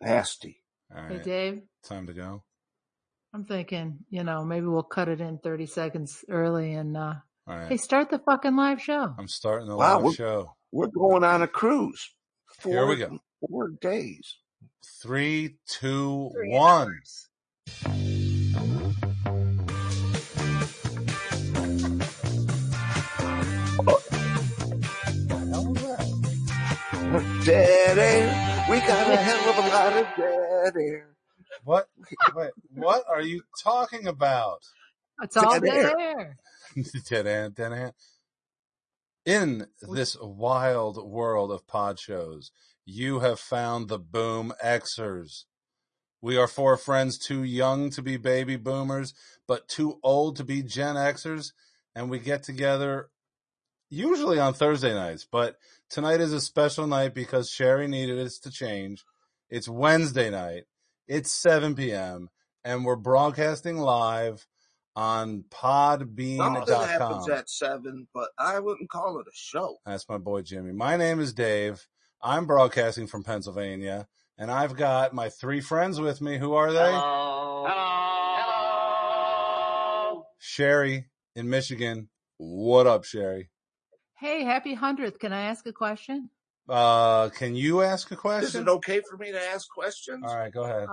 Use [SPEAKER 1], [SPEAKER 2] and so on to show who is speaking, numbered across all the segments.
[SPEAKER 1] Nasty.
[SPEAKER 2] All
[SPEAKER 3] Hey,
[SPEAKER 2] right.
[SPEAKER 3] Dave,
[SPEAKER 2] Time to go.
[SPEAKER 3] I'm thinking, you know, maybe we'll cut it in 30 seconds early and, uh,
[SPEAKER 2] All right.
[SPEAKER 3] hey, start the fucking live show.
[SPEAKER 2] I'm starting the
[SPEAKER 1] Wow,
[SPEAKER 2] live
[SPEAKER 1] we're-
[SPEAKER 2] show.
[SPEAKER 1] We're going on a cruise. Four,
[SPEAKER 2] Here we go.
[SPEAKER 1] Four days.
[SPEAKER 2] Three, two, one.
[SPEAKER 1] Dead air. We got a hell of a lot of dead air.
[SPEAKER 2] What? Wait, what are you talking about?
[SPEAKER 3] It's all
[SPEAKER 1] Dead
[SPEAKER 3] dead
[SPEAKER 1] air.
[SPEAKER 3] air.
[SPEAKER 2] Dead hand, dead hand. In this wild world of pod shows, you have found the boom Xers. We are four friends too young to be baby boomers, but too old to be Gen Xers, and we get together usually on Thursday nights, but tonight is a special night because Sherry needed us to change. It's Wednesday night. It's 7 p.m. and we're broadcasting live on
[SPEAKER 1] Something happens
[SPEAKER 2] podbean.com.
[SPEAKER 1] at seven, but I wouldn't call it a show.
[SPEAKER 2] That's my boy Jimmy. My name is Dave. I'm broadcasting from Pennsylvania and I've got my three friends with me. Who are they?
[SPEAKER 1] Uh,
[SPEAKER 2] Sherry in Michigan. What up, Sherry?
[SPEAKER 3] Hey, happy 100th. Can I ask a question?
[SPEAKER 2] Uh, can you ask a
[SPEAKER 1] Is
[SPEAKER 2] question?
[SPEAKER 1] it okay for me to ask questions?
[SPEAKER 2] All right, go ahead.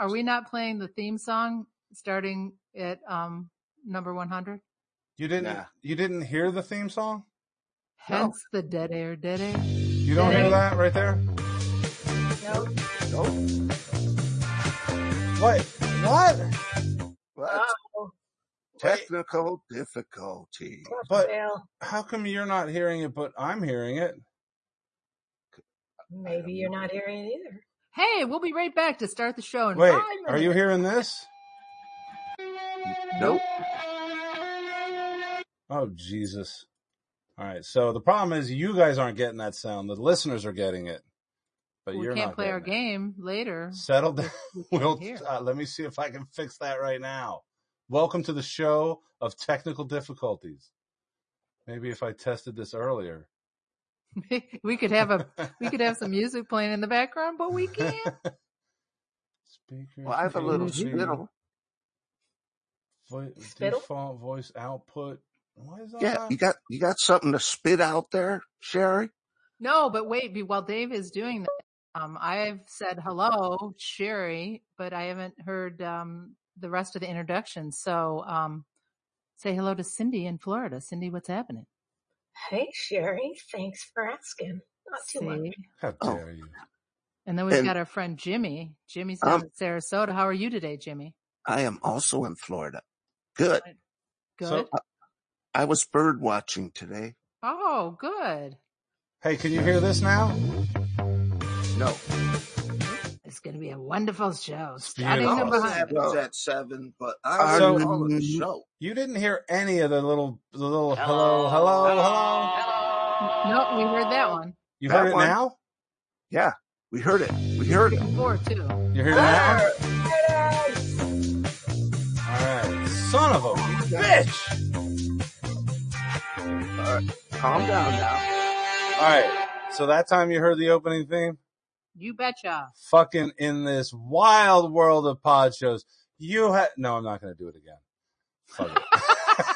[SPEAKER 3] Are we not playing the theme song starting at, um, number 100?
[SPEAKER 2] You didn't.
[SPEAKER 1] Nah.
[SPEAKER 2] You didn't hear the theme song.
[SPEAKER 1] No.
[SPEAKER 3] Hence the dead air, dead air.
[SPEAKER 2] You don't hear
[SPEAKER 3] Hey.
[SPEAKER 2] that right there.
[SPEAKER 1] Nope.
[SPEAKER 2] What? What? Oh,
[SPEAKER 1] What? Technical difficulty.
[SPEAKER 2] But how come you're not hearing it, but I'm hearing it?
[SPEAKER 4] Maybe you're not hearing it either.
[SPEAKER 3] Hey, we'll be right back to start the show. In
[SPEAKER 2] Wait,
[SPEAKER 3] five minutes.
[SPEAKER 2] are you hearing this?
[SPEAKER 1] Nope.
[SPEAKER 2] Oh Jesus! All right. So the problem is you guys aren't getting that sound. The listeners are getting it, but
[SPEAKER 3] we
[SPEAKER 2] you're
[SPEAKER 3] can't
[SPEAKER 2] not
[SPEAKER 3] play our
[SPEAKER 2] getting
[SPEAKER 3] game later.
[SPEAKER 2] it. Settle down.
[SPEAKER 3] We can't
[SPEAKER 2] We'll,
[SPEAKER 3] hear.
[SPEAKER 2] uh, let me see if I can fix that right now. Welcome to the show of technical difficulties. Maybe if I tested this earlier.
[SPEAKER 3] we could have a we could have some music playing in the background, but we can't.
[SPEAKER 2] Speaker.
[SPEAKER 1] Well, I have a little
[SPEAKER 2] USB,
[SPEAKER 1] spittle.
[SPEAKER 2] vo-
[SPEAKER 4] Spittle?
[SPEAKER 2] Default voice output. Why is that?
[SPEAKER 1] Yeah,
[SPEAKER 2] not-
[SPEAKER 1] you got you got something to spit out there, Sherry?
[SPEAKER 3] No, but wait, be- while Dave is doing that, um, I've said hello, Sherry, but I haven't heard um the rest of the introduction. So um say hello to Cindy in Florida. Cindy, what's happening?
[SPEAKER 4] Hey, Sherry, thanks for asking. Not too much.
[SPEAKER 3] See?
[SPEAKER 2] How
[SPEAKER 1] Oh.
[SPEAKER 2] dare you?
[SPEAKER 3] And then we've
[SPEAKER 1] And-
[SPEAKER 3] got our friend Jimmy. Jimmy's down
[SPEAKER 1] Um,
[SPEAKER 3] in Sarasota. How are you today, Jimmy?
[SPEAKER 1] I am also in Florida. Good.
[SPEAKER 3] Good.
[SPEAKER 2] So-
[SPEAKER 1] I was bird watching today.
[SPEAKER 3] oh, good.
[SPEAKER 2] Hey, can you hear this now?
[SPEAKER 1] No.
[SPEAKER 3] It's going to be a wonderful show.
[SPEAKER 2] It's
[SPEAKER 3] Starting
[SPEAKER 2] beautiful.
[SPEAKER 3] number
[SPEAKER 1] Something
[SPEAKER 2] behind.
[SPEAKER 3] 100.
[SPEAKER 1] happens at seven, but
[SPEAKER 2] Uh,
[SPEAKER 1] I
[SPEAKER 2] so-
[SPEAKER 1] wouldn't call it a show.
[SPEAKER 2] You didn't hear any of the little, the little hello, hello, hello.
[SPEAKER 3] No, we heard that one
[SPEAKER 2] You
[SPEAKER 1] That
[SPEAKER 2] heard it
[SPEAKER 1] one.
[SPEAKER 2] now?
[SPEAKER 1] Yeah, we heard it. We heard it.
[SPEAKER 3] before too.
[SPEAKER 2] You heard that one? All right. Son of a bitch.
[SPEAKER 1] Calm down now.
[SPEAKER 2] All right. So that time you heard the opening theme?
[SPEAKER 3] You betcha.
[SPEAKER 2] fucking in this wild world of pod shows. You have no, I'm not going to do it again. Fuck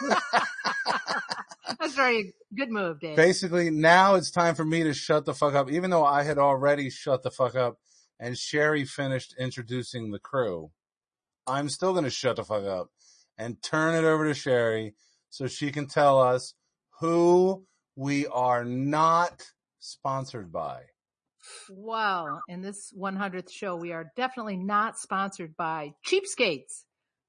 [SPEAKER 2] it.
[SPEAKER 3] That's very good move, Dave.
[SPEAKER 2] Basically, now it's time for me to shut the fuck up, even though I had already shut the fuck up and Sherry finished introducing the crew. I'm still going to shut the fuck up and turn it over to Sherry so she can tell us who we are not sponsored by.
[SPEAKER 3] Well, in this 100th show, we are definitely not sponsored by cheapskates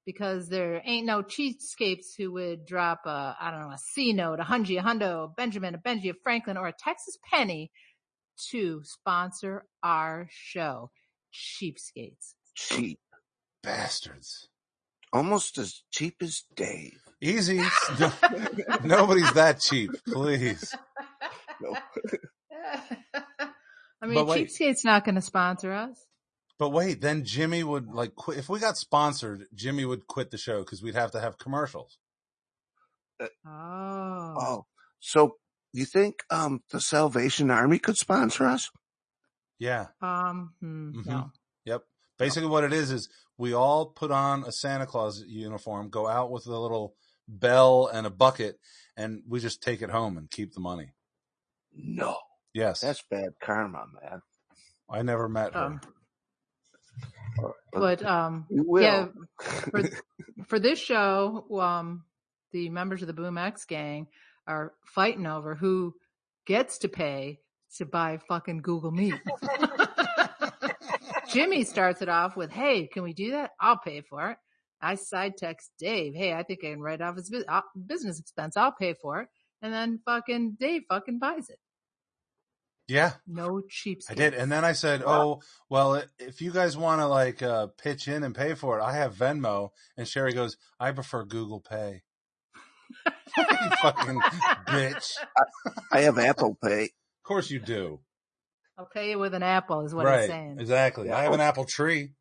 [SPEAKER 3] because there ain't no cheapskates who would drop a, I don't know, a C note, a Hunji, a Hundo, a Benjamin, a Benji, a Franklin, or a Texas penny to sponsor our show. Cheapskates.
[SPEAKER 1] Cheap.
[SPEAKER 2] Bastards.
[SPEAKER 1] Almost as cheap as Dave.
[SPEAKER 2] Easy. No- nobody's that cheap, please.
[SPEAKER 1] No.
[SPEAKER 3] I mean,
[SPEAKER 2] But wait.
[SPEAKER 3] cheapskates not going to sponsor us.
[SPEAKER 2] But wait, then Jimmy would like quit. If we got sponsored, Jimmy would quit the show because we'd have to have commercials.
[SPEAKER 3] Oh,
[SPEAKER 1] Oh, so you think um the Salvation Army could sponsor us?
[SPEAKER 2] Yeah.
[SPEAKER 3] Um, hmm,
[SPEAKER 2] Mhm.
[SPEAKER 3] no.
[SPEAKER 2] Yep. Basically, what it is is we all put on a Santa Claus uniform, go out with a little bell and a bucket, and we just take it home and keep the money.
[SPEAKER 1] No,
[SPEAKER 2] Yes,
[SPEAKER 1] that's bad karma, man.
[SPEAKER 2] I never met her.
[SPEAKER 3] Um, but um,
[SPEAKER 1] you will.
[SPEAKER 3] yeah, for, for this show, um, the members of the Boom X gang are fighting over who gets to pay to buy fucking Google Meet. Jimmy starts it off with, "Hey, can we do that? I'll pay for it." I side text Dave, "Hey, I think I can write off his bus- uh, business expense. I'll pay for it." And then fucking Dave fucking buys it.
[SPEAKER 2] yeah,
[SPEAKER 3] No cheap.
[SPEAKER 2] I did, and then I said, "Oh, well, i- if you guys want to like uh, pitch in and pay for it, I have Venmo." And Sherry goes, "I prefer Google Pay." You fucking bitch. Of
[SPEAKER 1] I have Apple Pay.
[SPEAKER 2] course you do.
[SPEAKER 3] I'll pay you with an apple, is what
[SPEAKER 2] right?
[SPEAKER 3] he's saying.
[SPEAKER 2] Exactly.
[SPEAKER 1] Yeah.
[SPEAKER 2] I have an apple tree.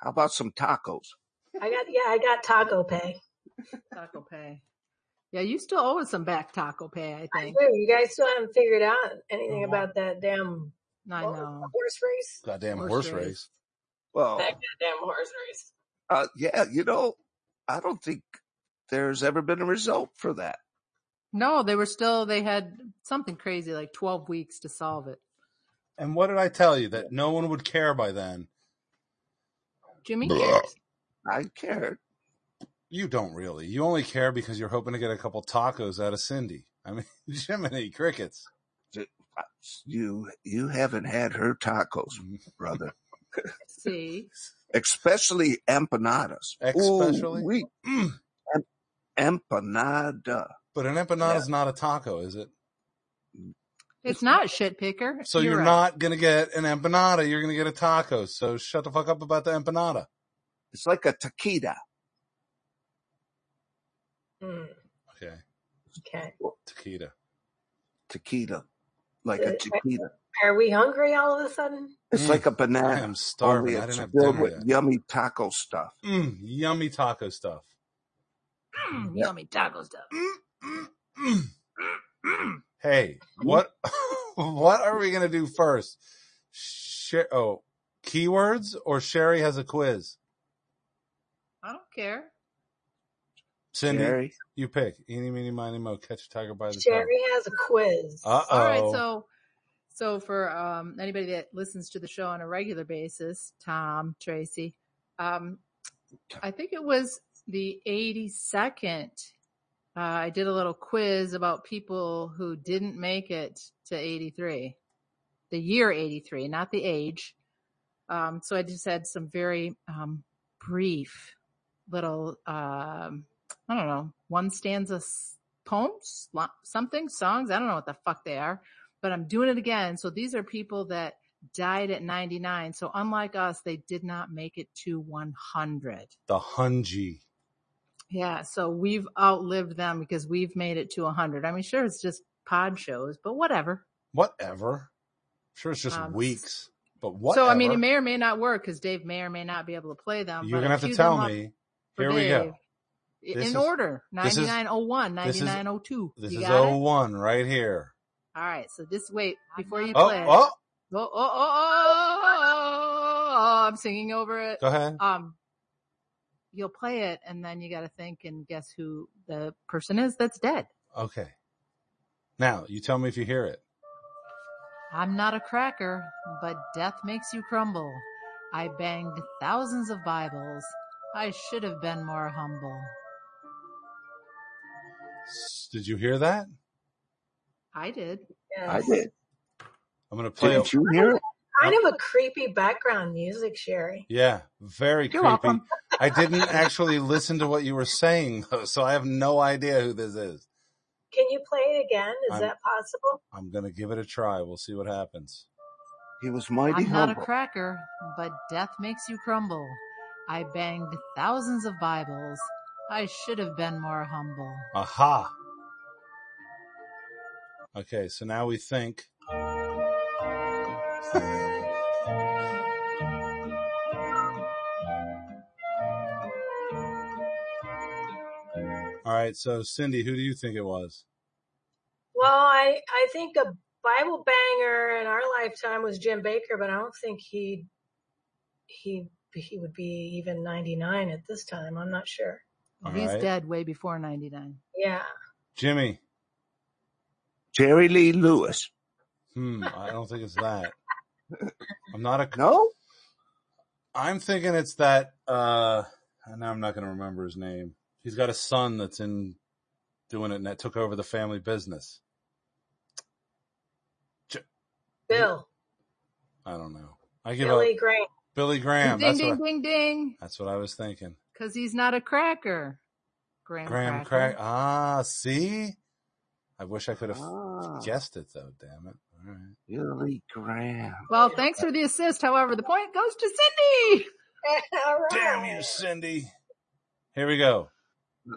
[SPEAKER 1] How about some tacos?
[SPEAKER 4] I got yeah, I got taco pay.
[SPEAKER 3] Taco pay. Yeah, you still owe us some back taco pay, I
[SPEAKER 4] I
[SPEAKER 3] think.
[SPEAKER 4] do. You guys still haven't figured out anything
[SPEAKER 2] Oh, wow.
[SPEAKER 4] about that damn
[SPEAKER 3] I
[SPEAKER 4] what was
[SPEAKER 3] know.
[SPEAKER 4] the horse race.
[SPEAKER 2] Goddamn
[SPEAKER 3] Horse
[SPEAKER 2] horse,
[SPEAKER 3] race.
[SPEAKER 2] race.
[SPEAKER 1] Well,
[SPEAKER 4] That goddamn horse race.
[SPEAKER 1] uh, yeah, you know, I don't think there's ever been a result for that.
[SPEAKER 3] No, they were still, they had something crazy like 12 weeks to solve it.
[SPEAKER 2] And what did I tell you that no one would care by then?
[SPEAKER 3] Jimmy
[SPEAKER 2] Blah.
[SPEAKER 3] cares.
[SPEAKER 1] I cared.
[SPEAKER 2] You don't really. You only care because you're hoping to get a couple tacos out of Cindy. I mean, Jiminy crickets.
[SPEAKER 1] You you haven't had her tacos, brother.
[SPEAKER 3] See?
[SPEAKER 1] Especially empanadas.
[SPEAKER 2] Especially?
[SPEAKER 1] Ooh, we
[SPEAKER 2] Mm.
[SPEAKER 1] empanada.
[SPEAKER 2] But an empanada is not a taco, is it?
[SPEAKER 3] It's not shit picker.
[SPEAKER 2] So you're,
[SPEAKER 3] right.
[SPEAKER 2] not going to get an empanada. You're going to get a taco. So shut the fuck up about the empanada.
[SPEAKER 1] It's like a taquita.
[SPEAKER 4] Hmm,
[SPEAKER 2] Okay.
[SPEAKER 4] okay.
[SPEAKER 2] Taquita.
[SPEAKER 1] Taquita. Like a taquita.
[SPEAKER 4] Are we hungry all of a sudden?
[SPEAKER 1] It's
[SPEAKER 2] Mm.
[SPEAKER 1] like a
[SPEAKER 2] I
[SPEAKER 1] banana.
[SPEAKER 2] am starving.
[SPEAKER 1] only
[SPEAKER 2] I
[SPEAKER 1] it's
[SPEAKER 2] didn't have
[SPEAKER 1] filled
[SPEAKER 2] dinner
[SPEAKER 1] with
[SPEAKER 2] yet.
[SPEAKER 1] yummy taco stuff.
[SPEAKER 2] Mm, yummy taco stuff.
[SPEAKER 3] Mm,
[SPEAKER 1] Yeah.
[SPEAKER 3] Yummy taco stuff.
[SPEAKER 2] Mm, mm, mm. Hey, what what are we gonna do first? Sher- oh, keywords or Sherry has a quiz.
[SPEAKER 3] I don't care.
[SPEAKER 2] Cindy,
[SPEAKER 1] Sherry,
[SPEAKER 2] you pick. Eeny, meeny, miny, mo. Catch a tiger by the tail.
[SPEAKER 4] Sherry has a quiz.
[SPEAKER 2] Uh
[SPEAKER 3] All right.
[SPEAKER 2] oh.
[SPEAKER 3] So, so for um, anybody that listens to the show on a regular basis, Tom, Tracy, um, I think it was the 82nd. Uh, I did a little quiz about people who didn't make it to 83, the year 83, not the age. Um, so I just had some very um, brief little, um, I don't know, one stanza s- poems, lo- something, songs. I don't know what the fuck they are, but I'm doing it again. So these are people that died at 99. So unlike us, they did not make it to 100.
[SPEAKER 2] The hunji.
[SPEAKER 3] Yeah, so we've outlived them because we've made it to 100. I mean, sure, it's just pod shows, but whatever.
[SPEAKER 2] Whatever. sure it's just
[SPEAKER 3] Um,
[SPEAKER 2] weeks. But whatever.
[SPEAKER 3] So, I mean, it may or may not work because Dave may or may not be able to play them.
[SPEAKER 2] You're
[SPEAKER 3] but I
[SPEAKER 2] gonna have to
[SPEAKER 3] queued
[SPEAKER 2] tell
[SPEAKER 3] them up
[SPEAKER 2] me.
[SPEAKER 3] for
[SPEAKER 2] Here we go.
[SPEAKER 3] Dave i-
[SPEAKER 2] This
[SPEAKER 3] in
[SPEAKER 2] is-
[SPEAKER 3] order
[SPEAKER 2] this is-
[SPEAKER 3] 9901,
[SPEAKER 2] this is-
[SPEAKER 3] 9902.
[SPEAKER 2] This
[SPEAKER 3] you
[SPEAKER 2] is
[SPEAKER 3] got it?
[SPEAKER 2] 01 right here.
[SPEAKER 3] All right, so this, wait, before you
[SPEAKER 2] Oh,
[SPEAKER 3] play it. Oh,
[SPEAKER 2] oh,
[SPEAKER 3] oh, oh, oh, oh, oh, I'm singing over it.
[SPEAKER 2] go ahead.
[SPEAKER 3] Um, you'll play it and then you got to think and guess who the person is that's dead.
[SPEAKER 2] Okay. Now you tell me if you hear it.
[SPEAKER 3] I'm not a cracker, but death makes you crumble. I banged thousands of Bibles. I should have been more humble.
[SPEAKER 2] S- Did you hear that?
[SPEAKER 3] I did.
[SPEAKER 1] I
[SPEAKER 4] Yes.
[SPEAKER 1] did.
[SPEAKER 2] I'm gonna play.
[SPEAKER 1] Didn't
[SPEAKER 2] it.
[SPEAKER 1] you hear it?
[SPEAKER 4] Kind of a creepy background music, Sherry.
[SPEAKER 2] Yeah, very
[SPEAKER 3] You're
[SPEAKER 2] creepy.
[SPEAKER 3] welcome.
[SPEAKER 2] I didn't actually listen to what you were saying, though, so I have no idea who this is.
[SPEAKER 4] Can you play it again? Is
[SPEAKER 2] I'm-
[SPEAKER 4] that possible?
[SPEAKER 2] I'm gonna give it a try. We'll see what happens.
[SPEAKER 1] He was mighty
[SPEAKER 3] I'm not a
[SPEAKER 1] humble.
[SPEAKER 3] cracker, but death makes you crumble. I banged thousands of Bibles. I should have been more humble.
[SPEAKER 2] Aha. Okay, so now we think. All right, so Cindy, who do you think it was?
[SPEAKER 4] Well, I I think a Bible banger in our lifetime was Jim Baker, but I don't think he he he would be even 99 at this time. I'm not sure.
[SPEAKER 2] All
[SPEAKER 3] He's
[SPEAKER 2] right.
[SPEAKER 3] dead way before 99.
[SPEAKER 4] Yeah.
[SPEAKER 2] Jimmy.
[SPEAKER 1] Jerry Lee Lewis.
[SPEAKER 2] Hmm. I don't think it's that. I'm not a.
[SPEAKER 1] No?
[SPEAKER 2] I'm thinking it's that. Uh, and I'm not going to remember his name. He's got a son that's in doing it and that took over the family business.
[SPEAKER 4] Bill,
[SPEAKER 2] I don't know. I give
[SPEAKER 4] Billy
[SPEAKER 2] up.
[SPEAKER 4] Graham.
[SPEAKER 2] Billy Graham.
[SPEAKER 3] ding,
[SPEAKER 2] That's what.
[SPEAKER 3] ding,
[SPEAKER 2] I,
[SPEAKER 3] ding, ding.
[SPEAKER 2] that's what I was thinking.
[SPEAKER 3] Because he's not a cracker. Graham,
[SPEAKER 2] Graham
[SPEAKER 3] Cracker.
[SPEAKER 2] Crack. Ah, see. I wish I could have
[SPEAKER 1] Ah,
[SPEAKER 2] guessed it though. Damn it. All right.
[SPEAKER 1] Billy Graham.
[SPEAKER 2] uh,
[SPEAKER 3] Well, thanks for the assist. However, the point goes to Cindy.
[SPEAKER 4] All right.
[SPEAKER 2] Damn you, Cindy. Here we go.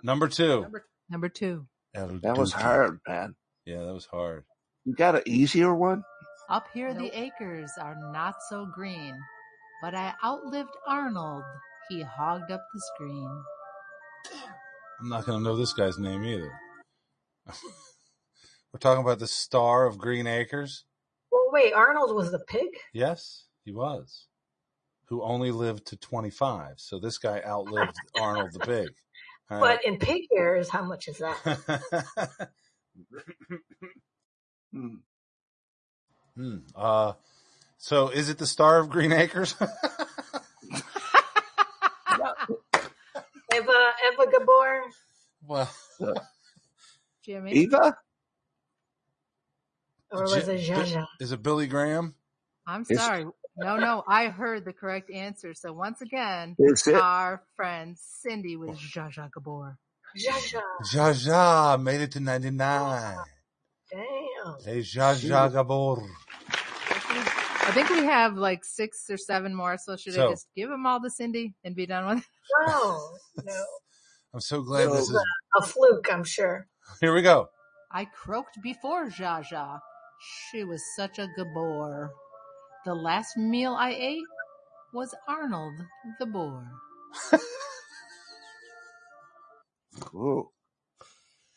[SPEAKER 2] Number two.
[SPEAKER 3] Number, number two.
[SPEAKER 2] El
[SPEAKER 1] That was
[SPEAKER 2] Duque.
[SPEAKER 1] hard, man.
[SPEAKER 2] Yeah, that was hard.
[SPEAKER 1] You got an easier one?
[SPEAKER 3] Up here, the acres are not so green. But I outlived Arnold. He hogged up the screen.
[SPEAKER 2] I'm not going to know this guy's name either. We're talking about the star of Green Acres.
[SPEAKER 4] Well, wait, Arnold was the pig?
[SPEAKER 2] Yes, he was. Who only lived to 25. So this guy outlived Arnold the Pig. All right.
[SPEAKER 4] But in pig ears, how much is that?
[SPEAKER 1] Hmm.
[SPEAKER 2] Hmm, uh, so is it the star of Green Acres?
[SPEAKER 4] Eva, Eva Gabor?
[SPEAKER 2] well,
[SPEAKER 3] Jimmy?
[SPEAKER 1] Eva?
[SPEAKER 4] Or was it
[SPEAKER 2] Ji-
[SPEAKER 4] Zsa Zsa?
[SPEAKER 2] is it Billy Graham?
[SPEAKER 3] I'm
[SPEAKER 1] It's-
[SPEAKER 3] sorry. No, no, I heard the correct answer. So once again,
[SPEAKER 1] That's it.
[SPEAKER 3] our friend Cindy was Zsa Zsa Gabor.
[SPEAKER 4] Zsa Zsa.
[SPEAKER 2] Zsa Zsa made it to 99.
[SPEAKER 4] Damn.
[SPEAKER 2] Hey, Zsa
[SPEAKER 1] She
[SPEAKER 2] Zsa Gabor.
[SPEAKER 3] I think we have like six or seven more. So should I
[SPEAKER 2] So-
[SPEAKER 3] just give them all to Cindy and be done with it?
[SPEAKER 4] No, no.
[SPEAKER 2] I'm so glad this
[SPEAKER 1] So-
[SPEAKER 2] is.
[SPEAKER 4] A fluke, I'm sure.
[SPEAKER 2] Here we go.
[SPEAKER 3] I croaked before Zsa Zsa. She was such a Gabor. The last meal I ate was Arnold the boar.
[SPEAKER 1] Cool.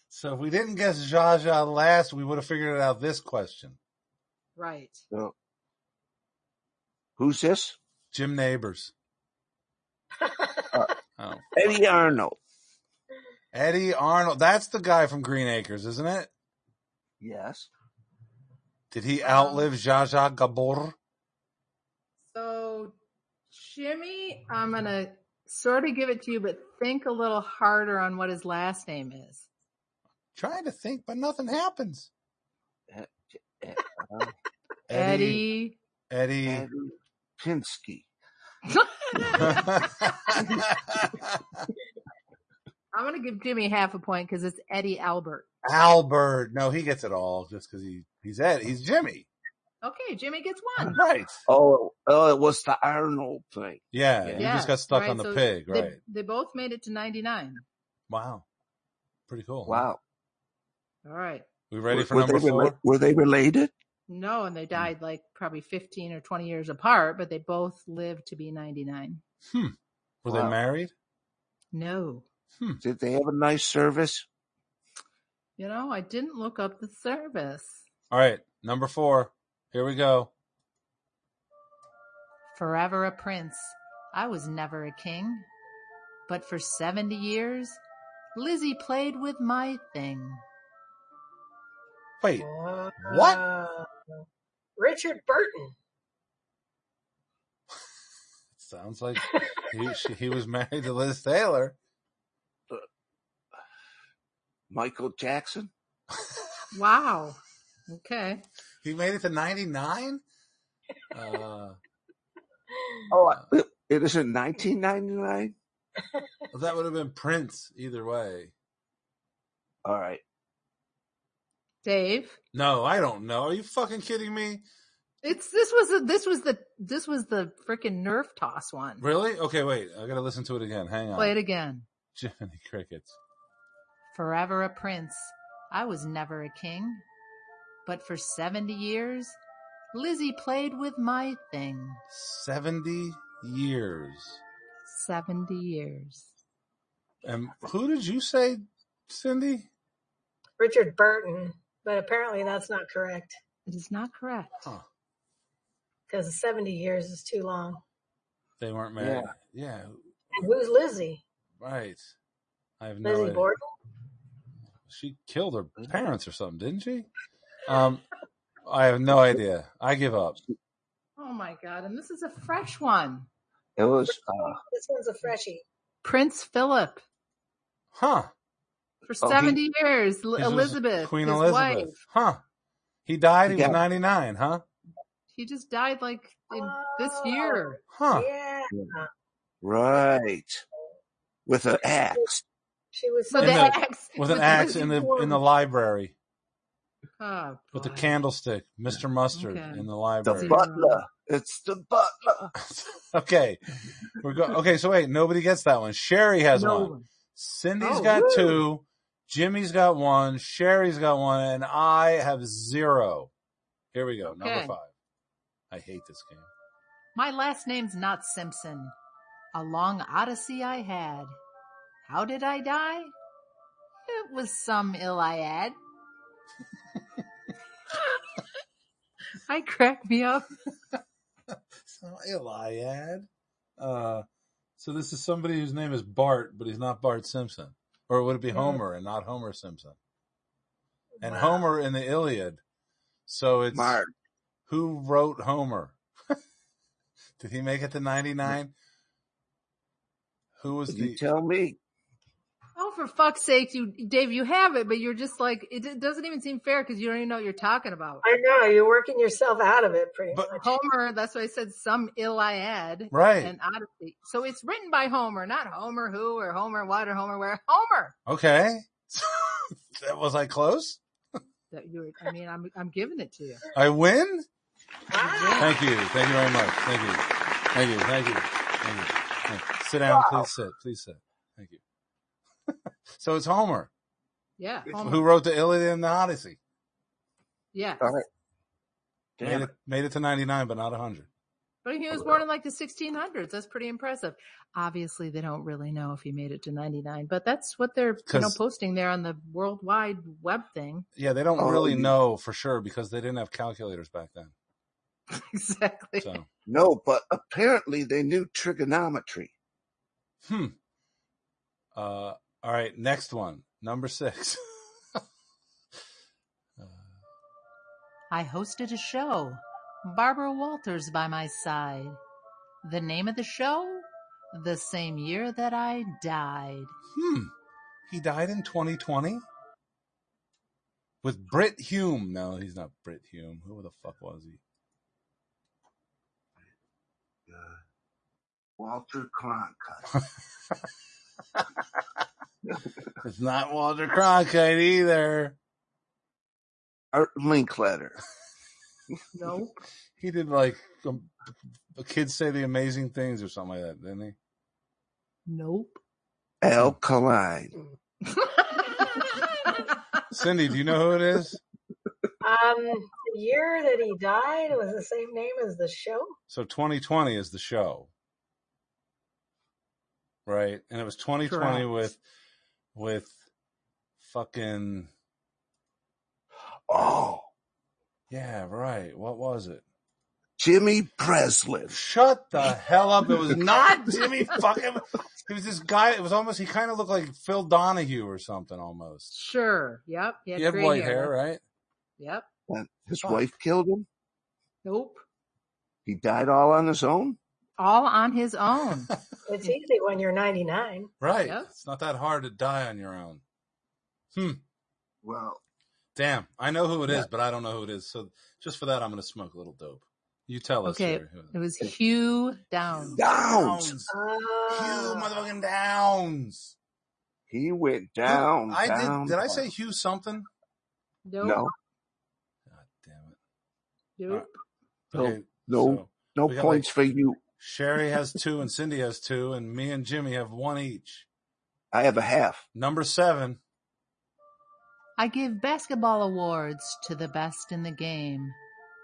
[SPEAKER 2] So if we didn't guess Zsa Zsa last, we would have figured out this question.
[SPEAKER 3] Right.
[SPEAKER 1] So, who's this?
[SPEAKER 2] Jim Neighbors. Oh.
[SPEAKER 1] Eddie Arnold.
[SPEAKER 2] Eddie Arnold. That's the guy from Green Acres, isn't it?
[SPEAKER 1] Yes.
[SPEAKER 2] Did he
[SPEAKER 1] Uh-huh.
[SPEAKER 2] outlive Zsa Zsa Gabor?
[SPEAKER 3] So, Jimmy, I'm going to sort of give it to you, but think a little harder on what his last name is.
[SPEAKER 2] Trying to think, but nothing happens.
[SPEAKER 1] Uh, uh, uh,
[SPEAKER 3] Eddie.
[SPEAKER 2] Eddie.
[SPEAKER 1] Eddie Pinsky.
[SPEAKER 3] I'm going to give Jimmy half a point because it's Eddie Albert.
[SPEAKER 2] Albert. No, he gets it all just because he, he's Ed. He's Jimmy.
[SPEAKER 3] Okay, Jimmy gets
[SPEAKER 1] Hmm.
[SPEAKER 3] one.
[SPEAKER 2] Right.
[SPEAKER 1] Oh, oh, it was the Arnold thing.
[SPEAKER 2] Yeah,
[SPEAKER 1] Yeah.
[SPEAKER 2] you just got stuck on the pig,
[SPEAKER 3] they,
[SPEAKER 2] right?
[SPEAKER 3] They both made it to 99.
[SPEAKER 2] Wow. Pretty cool. huh?
[SPEAKER 1] Wow.
[SPEAKER 3] All right.
[SPEAKER 2] We ready
[SPEAKER 1] were,
[SPEAKER 2] for
[SPEAKER 1] were
[SPEAKER 2] number
[SPEAKER 1] they rela-
[SPEAKER 2] four?
[SPEAKER 1] were they related?
[SPEAKER 3] No, and they died like probably 15 or 20 years apart, but they both lived to be 99.
[SPEAKER 2] Hmm. Were they
[SPEAKER 1] Wow.
[SPEAKER 2] married?
[SPEAKER 3] No.
[SPEAKER 2] Hmm.
[SPEAKER 1] Did they have a nice service?
[SPEAKER 3] You know, I didn't look up the service.
[SPEAKER 2] All right. Number four. Here we go.
[SPEAKER 3] Forever a prince. I was never a king. But for 70 years, Lizzie played with my thing.
[SPEAKER 2] Wait.
[SPEAKER 4] Wow. Richard Burton.
[SPEAKER 2] Sounds like he, she, he was married to Liz Taylor.
[SPEAKER 1] Michael Jackson?
[SPEAKER 3] Wow. Okay.
[SPEAKER 2] He made it to 99? Uh,
[SPEAKER 1] Oh, I- it, it is in 1999.
[SPEAKER 2] uh, that would have been Prince either way.
[SPEAKER 1] All right.
[SPEAKER 3] Dave,
[SPEAKER 2] No, I don't know. Are you fucking kidding me?
[SPEAKER 3] it's this was a, this was the this was the freaking nerf toss one.
[SPEAKER 2] Really? Okay, wait. I gotta listen to it again. Hang on.
[SPEAKER 3] Play it again.
[SPEAKER 2] Jiminy Crickets.
[SPEAKER 3] Forever a prince. I was never a king. But for 70 years, Lizzie played with my thing.
[SPEAKER 2] 70 years.
[SPEAKER 3] 70 years.
[SPEAKER 2] And who did you say, Cindy?
[SPEAKER 4] Richard Burton. But apparently that's not correct.
[SPEAKER 3] It is not correct.
[SPEAKER 2] Huh.
[SPEAKER 4] because 70 years is too long.
[SPEAKER 2] They weren't
[SPEAKER 1] Yeah.
[SPEAKER 2] married. Yeah.
[SPEAKER 4] And who's Lizzie?
[SPEAKER 2] Right. I have no
[SPEAKER 4] Lizzie
[SPEAKER 2] idea.
[SPEAKER 4] Borden?
[SPEAKER 2] She killed her parents or something, didn't she? Um, I have no idea. I give up.
[SPEAKER 3] Oh my God. And this is a fresh one.
[SPEAKER 1] It was uh,
[SPEAKER 4] This one's a freshie.
[SPEAKER 3] Prince Philip
[SPEAKER 2] Huh.
[SPEAKER 3] for
[SPEAKER 1] oh he
[SPEAKER 3] 70 years. L-
[SPEAKER 2] His was
[SPEAKER 3] Elizabeth,
[SPEAKER 2] Queen
[SPEAKER 3] his
[SPEAKER 2] Elizabeth.
[SPEAKER 3] wife.
[SPEAKER 2] Huh. He died.
[SPEAKER 1] he
[SPEAKER 2] He was
[SPEAKER 1] got
[SPEAKER 2] 99, huh?
[SPEAKER 3] She just died like in this
[SPEAKER 4] Oh,
[SPEAKER 3] year.
[SPEAKER 2] Huh.
[SPEAKER 4] yeah.
[SPEAKER 1] right with an axe.
[SPEAKER 4] She was
[SPEAKER 3] With
[SPEAKER 4] so
[SPEAKER 2] In
[SPEAKER 3] the
[SPEAKER 2] the
[SPEAKER 4] sexy.
[SPEAKER 3] axe,
[SPEAKER 2] with an
[SPEAKER 3] with
[SPEAKER 2] axe
[SPEAKER 3] Lizzie
[SPEAKER 2] in the in the
[SPEAKER 3] Borden.
[SPEAKER 2] library
[SPEAKER 3] Oh
[SPEAKER 2] with the
[SPEAKER 3] boy.
[SPEAKER 2] candlestick, Mr. Mustard
[SPEAKER 3] Okay.
[SPEAKER 2] in the
[SPEAKER 1] The
[SPEAKER 2] library.
[SPEAKER 3] Zero.
[SPEAKER 1] butler. It's the butler.
[SPEAKER 2] okay. We're go- okay, so wait, nobody gets that one. Sherry has
[SPEAKER 3] No
[SPEAKER 2] one.
[SPEAKER 3] one.
[SPEAKER 2] Cindy's
[SPEAKER 3] Oh,
[SPEAKER 2] got
[SPEAKER 3] woo.
[SPEAKER 2] two. Jimmy's got one. Sherry's got one. And I have zero. Here we go. Number
[SPEAKER 3] Okay.
[SPEAKER 2] five. I hate this game.
[SPEAKER 3] My last name's not Simpson. A long odyssey I had. How did I die? It was some Iliad. I crack me up.
[SPEAKER 2] So Eliad. Uh, so this is somebody whose name is Bart, but he's not Bart Simpson. Or would it
[SPEAKER 3] Mm-hmm.
[SPEAKER 2] be
[SPEAKER 4] Mm,
[SPEAKER 2] Homer and not Homer Simpson? And
[SPEAKER 4] wow.
[SPEAKER 2] Homer in the Iliad. So it's
[SPEAKER 1] Mark.
[SPEAKER 2] who wrote Homer? Did he make it to 99? Who was
[SPEAKER 1] You
[SPEAKER 2] the,
[SPEAKER 1] tell me.
[SPEAKER 3] Oh, for fuck's sake, you, Dave, you have it, but you're just like, it, it doesn't even seem fair because you don't even know what you're talking about.
[SPEAKER 4] I know. You're working yourself out of it pretty
[SPEAKER 2] but
[SPEAKER 4] much.
[SPEAKER 3] Homer, that's why I said some Iliad
[SPEAKER 2] right.
[SPEAKER 3] and Odyssey. So it's written by Homer, not Homer who or Homer what or Homer where. Homer.
[SPEAKER 2] Okay. that was I close?
[SPEAKER 3] That you were, I mean, I'm, I'm giving it to you.
[SPEAKER 2] I win?
[SPEAKER 3] You
[SPEAKER 4] Wow.
[SPEAKER 3] win.
[SPEAKER 2] Thank you. Thank you very much. Thank you. Thank you. Thank you. Thank you. Thank you. Sit down.
[SPEAKER 1] Wow.
[SPEAKER 2] Please sit. Please sit. Thank you. So it's Homer
[SPEAKER 3] Yeah,
[SPEAKER 2] who
[SPEAKER 3] Homer.
[SPEAKER 2] wrote the Iliad and the Odyssey.
[SPEAKER 3] Yes.
[SPEAKER 2] Uh-huh.
[SPEAKER 1] All right.
[SPEAKER 2] Made
[SPEAKER 1] Damn
[SPEAKER 2] it,
[SPEAKER 1] it.
[SPEAKER 2] made it to 99, but not 100.
[SPEAKER 3] But he was born in like the 1600s. That's pretty impressive. Obviously, they don't really know if he made it to 99, but that's what they're, you know,
[SPEAKER 2] Cause
[SPEAKER 3] posting there on the World Wide Web thing.
[SPEAKER 2] yeah, they don't
[SPEAKER 1] Oh,
[SPEAKER 2] really
[SPEAKER 1] you,
[SPEAKER 2] know for sure because they didn't have calculators back then.
[SPEAKER 3] exactly.
[SPEAKER 2] So,
[SPEAKER 1] no, but apparently they knew trigonometry.
[SPEAKER 2] hmm. Uh, all right. Next one. Number six. Uh,
[SPEAKER 3] I hosted a show. Barbara Walters by my side. The name of the show? The same year that I died.
[SPEAKER 2] hmm. He died in 2020? with Brit Hume. No, he's not Brit Hume. Who the fuck was he?
[SPEAKER 1] Uh, Walter Cronkite.
[SPEAKER 2] It's not Walter Cronkite either.
[SPEAKER 1] Art Linkletter.
[SPEAKER 3] Nope.
[SPEAKER 2] He did like um, kids say the amazing things or something like that, didn't
[SPEAKER 3] Nope.
[SPEAKER 2] he? Hmm.
[SPEAKER 1] Al Kaline.
[SPEAKER 2] Cindy, do you know who it is?
[SPEAKER 4] Um, the year that he died was the same name as the show.
[SPEAKER 2] So 2020 is the show, right? And it was 2020
[SPEAKER 3] Correct.
[SPEAKER 2] with with fucking
[SPEAKER 1] Oh,
[SPEAKER 2] yeah, right. What was it?
[SPEAKER 1] Jimmy Breslin.
[SPEAKER 2] Shut the hell up! It was not Jimmy fucking. It was this guy. It was almost. He kind of looked like Phil Donahue or something almost.
[SPEAKER 3] Sure. Yep. He
[SPEAKER 2] He
[SPEAKER 3] had
[SPEAKER 2] had
[SPEAKER 3] gray
[SPEAKER 2] white
[SPEAKER 3] hair.
[SPEAKER 2] hair,
[SPEAKER 3] That's,
[SPEAKER 2] right?
[SPEAKER 3] yep.
[SPEAKER 1] And his
[SPEAKER 2] Fuck.
[SPEAKER 1] wife killed him.
[SPEAKER 3] Nope.
[SPEAKER 1] He died all on his own.
[SPEAKER 3] All on his own.
[SPEAKER 4] It's
[SPEAKER 3] It,
[SPEAKER 4] easy when you're 99.
[SPEAKER 2] right.
[SPEAKER 3] yep.
[SPEAKER 2] It's not that hard to die on your own. Hmm.
[SPEAKER 1] Well,
[SPEAKER 2] Damn. I know who it
[SPEAKER 1] yeah.
[SPEAKER 2] is, but I don't know who it is. So just for that, I'm going to smoke a little dope. You tell us,
[SPEAKER 3] Okay.
[SPEAKER 2] Sherry. Who it
[SPEAKER 3] It
[SPEAKER 2] is.
[SPEAKER 3] was Hugh
[SPEAKER 2] Hugh
[SPEAKER 3] Downs.
[SPEAKER 1] Downs.
[SPEAKER 2] Downs. Hugh
[SPEAKER 4] Oh,
[SPEAKER 2] motherfucking Downs.
[SPEAKER 1] He went
[SPEAKER 2] Who?
[SPEAKER 1] down,
[SPEAKER 2] I did.
[SPEAKER 1] down,
[SPEAKER 2] Did I say
[SPEAKER 1] down.
[SPEAKER 2] Hugh something?
[SPEAKER 3] Nope.
[SPEAKER 1] No,
[SPEAKER 2] God damn it. All right.
[SPEAKER 3] Nope.
[SPEAKER 1] no,
[SPEAKER 2] Okay.
[SPEAKER 1] no,
[SPEAKER 2] So
[SPEAKER 1] no
[SPEAKER 2] we got like
[SPEAKER 1] points for you.
[SPEAKER 2] Sherry has two and Cindy has two and me and Jimmy have one each.
[SPEAKER 1] I have a half.
[SPEAKER 2] Number seven.
[SPEAKER 3] I give basketball awards to the best in the game,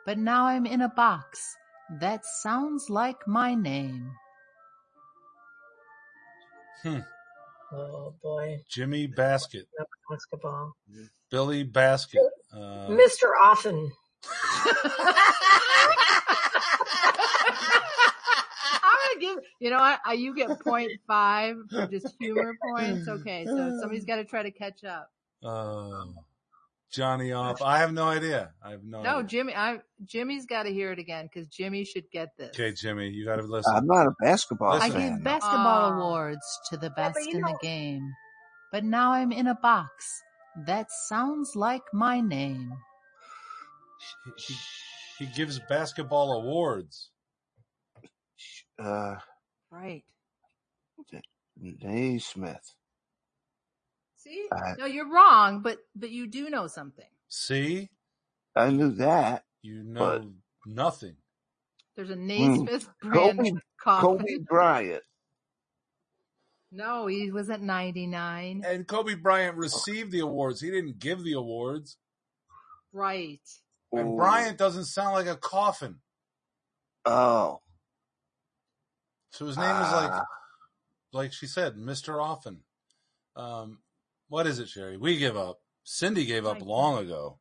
[SPEAKER 3] but now I'm in a box that sounds like my name.
[SPEAKER 2] Hmm.
[SPEAKER 4] oh boy.
[SPEAKER 2] Jimmy Basket.
[SPEAKER 4] No basketball.
[SPEAKER 2] Billy Basket. Uh,
[SPEAKER 4] Mr. Offen.
[SPEAKER 3] I'm gonna give you know what I, you get 0.5 for just humor points. Okay, Oh,
[SPEAKER 1] Hmm.
[SPEAKER 3] so somebody's got to try to catch up.
[SPEAKER 2] Oh, Johnny Off. I have no idea. I have no.
[SPEAKER 3] No,
[SPEAKER 2] idea.
[SPEAKER 3] Jimmy, I Jimmy's got to hear it again because Jimmy should get this.
[SPEAKER 2] Okay, Jimmy, you got to listen.
[SPEAKER 1] I'm not a basketball
[SPEAKER 2] Listen.
[SPEAKER 5] I
[SPEAKER 2] Listen.
[SPEAKER 1] fan.
[SPEAKER 5] give basketball
[SPEAKER 3] Aw.
[SPEAKER 5] awards to the
[SPEAKER 4] Yeah,
[SPEAKER 5] best
[SPEAKER 4] but you
[SPEAKER 5] in the
[SPEAKER 4] know,
[SPEAKER 5] game, but now I'm in a box that sounds like my name.
[SPEAKER 2] He, he he gives basketball awards.
[SPEAKER 1] Uh,
[SPEAKER 3] Right.
[SPEAKER 1] Naismith.
[SPEAKER 3] See?
[SPEAKER 1] I,
[SPEAKER 3] No, you're wrong, but but you do know something.
[SPEAKER 2] See,
[SPEAKER 1] I knew that,
[SPEAKER 2] you
[SPEAKER 1] but
[SPEAKER 2] know nothing.
[SPEAKER 3] There's a
[SPEAKER 1] mm,
[SPEAKER 3] Naismith brand
[SPEAKER 1] Kobe,
[SPEAKER 5] Uh,
[SPEAKER 1] Kobe
[SPEAKER 3] coffin.
[SPEAKER 1] Bryant.
[SPEAKER 3] No, he was at 99.
[SPEAKER 2] And Kobe Bryant received the awards. He didn't give the awards.
[SPEAKER 3] Right.
[SPEAKER 2] And
[SPEAKER 1] Oh,
[SPEAKER 2] Bryant doesn't sound like a coffin.
[SPEAKER 1] oh,
[SPEAKER 2] So his name is like,
[SPEAKER 1] ah,
[SPEAKER 2] like she said, Mr. Offen. Um, what is it, Sherry? We give up. Cindy gave up
[SPEAKER 3] My
[SPEAKER 2] long ago.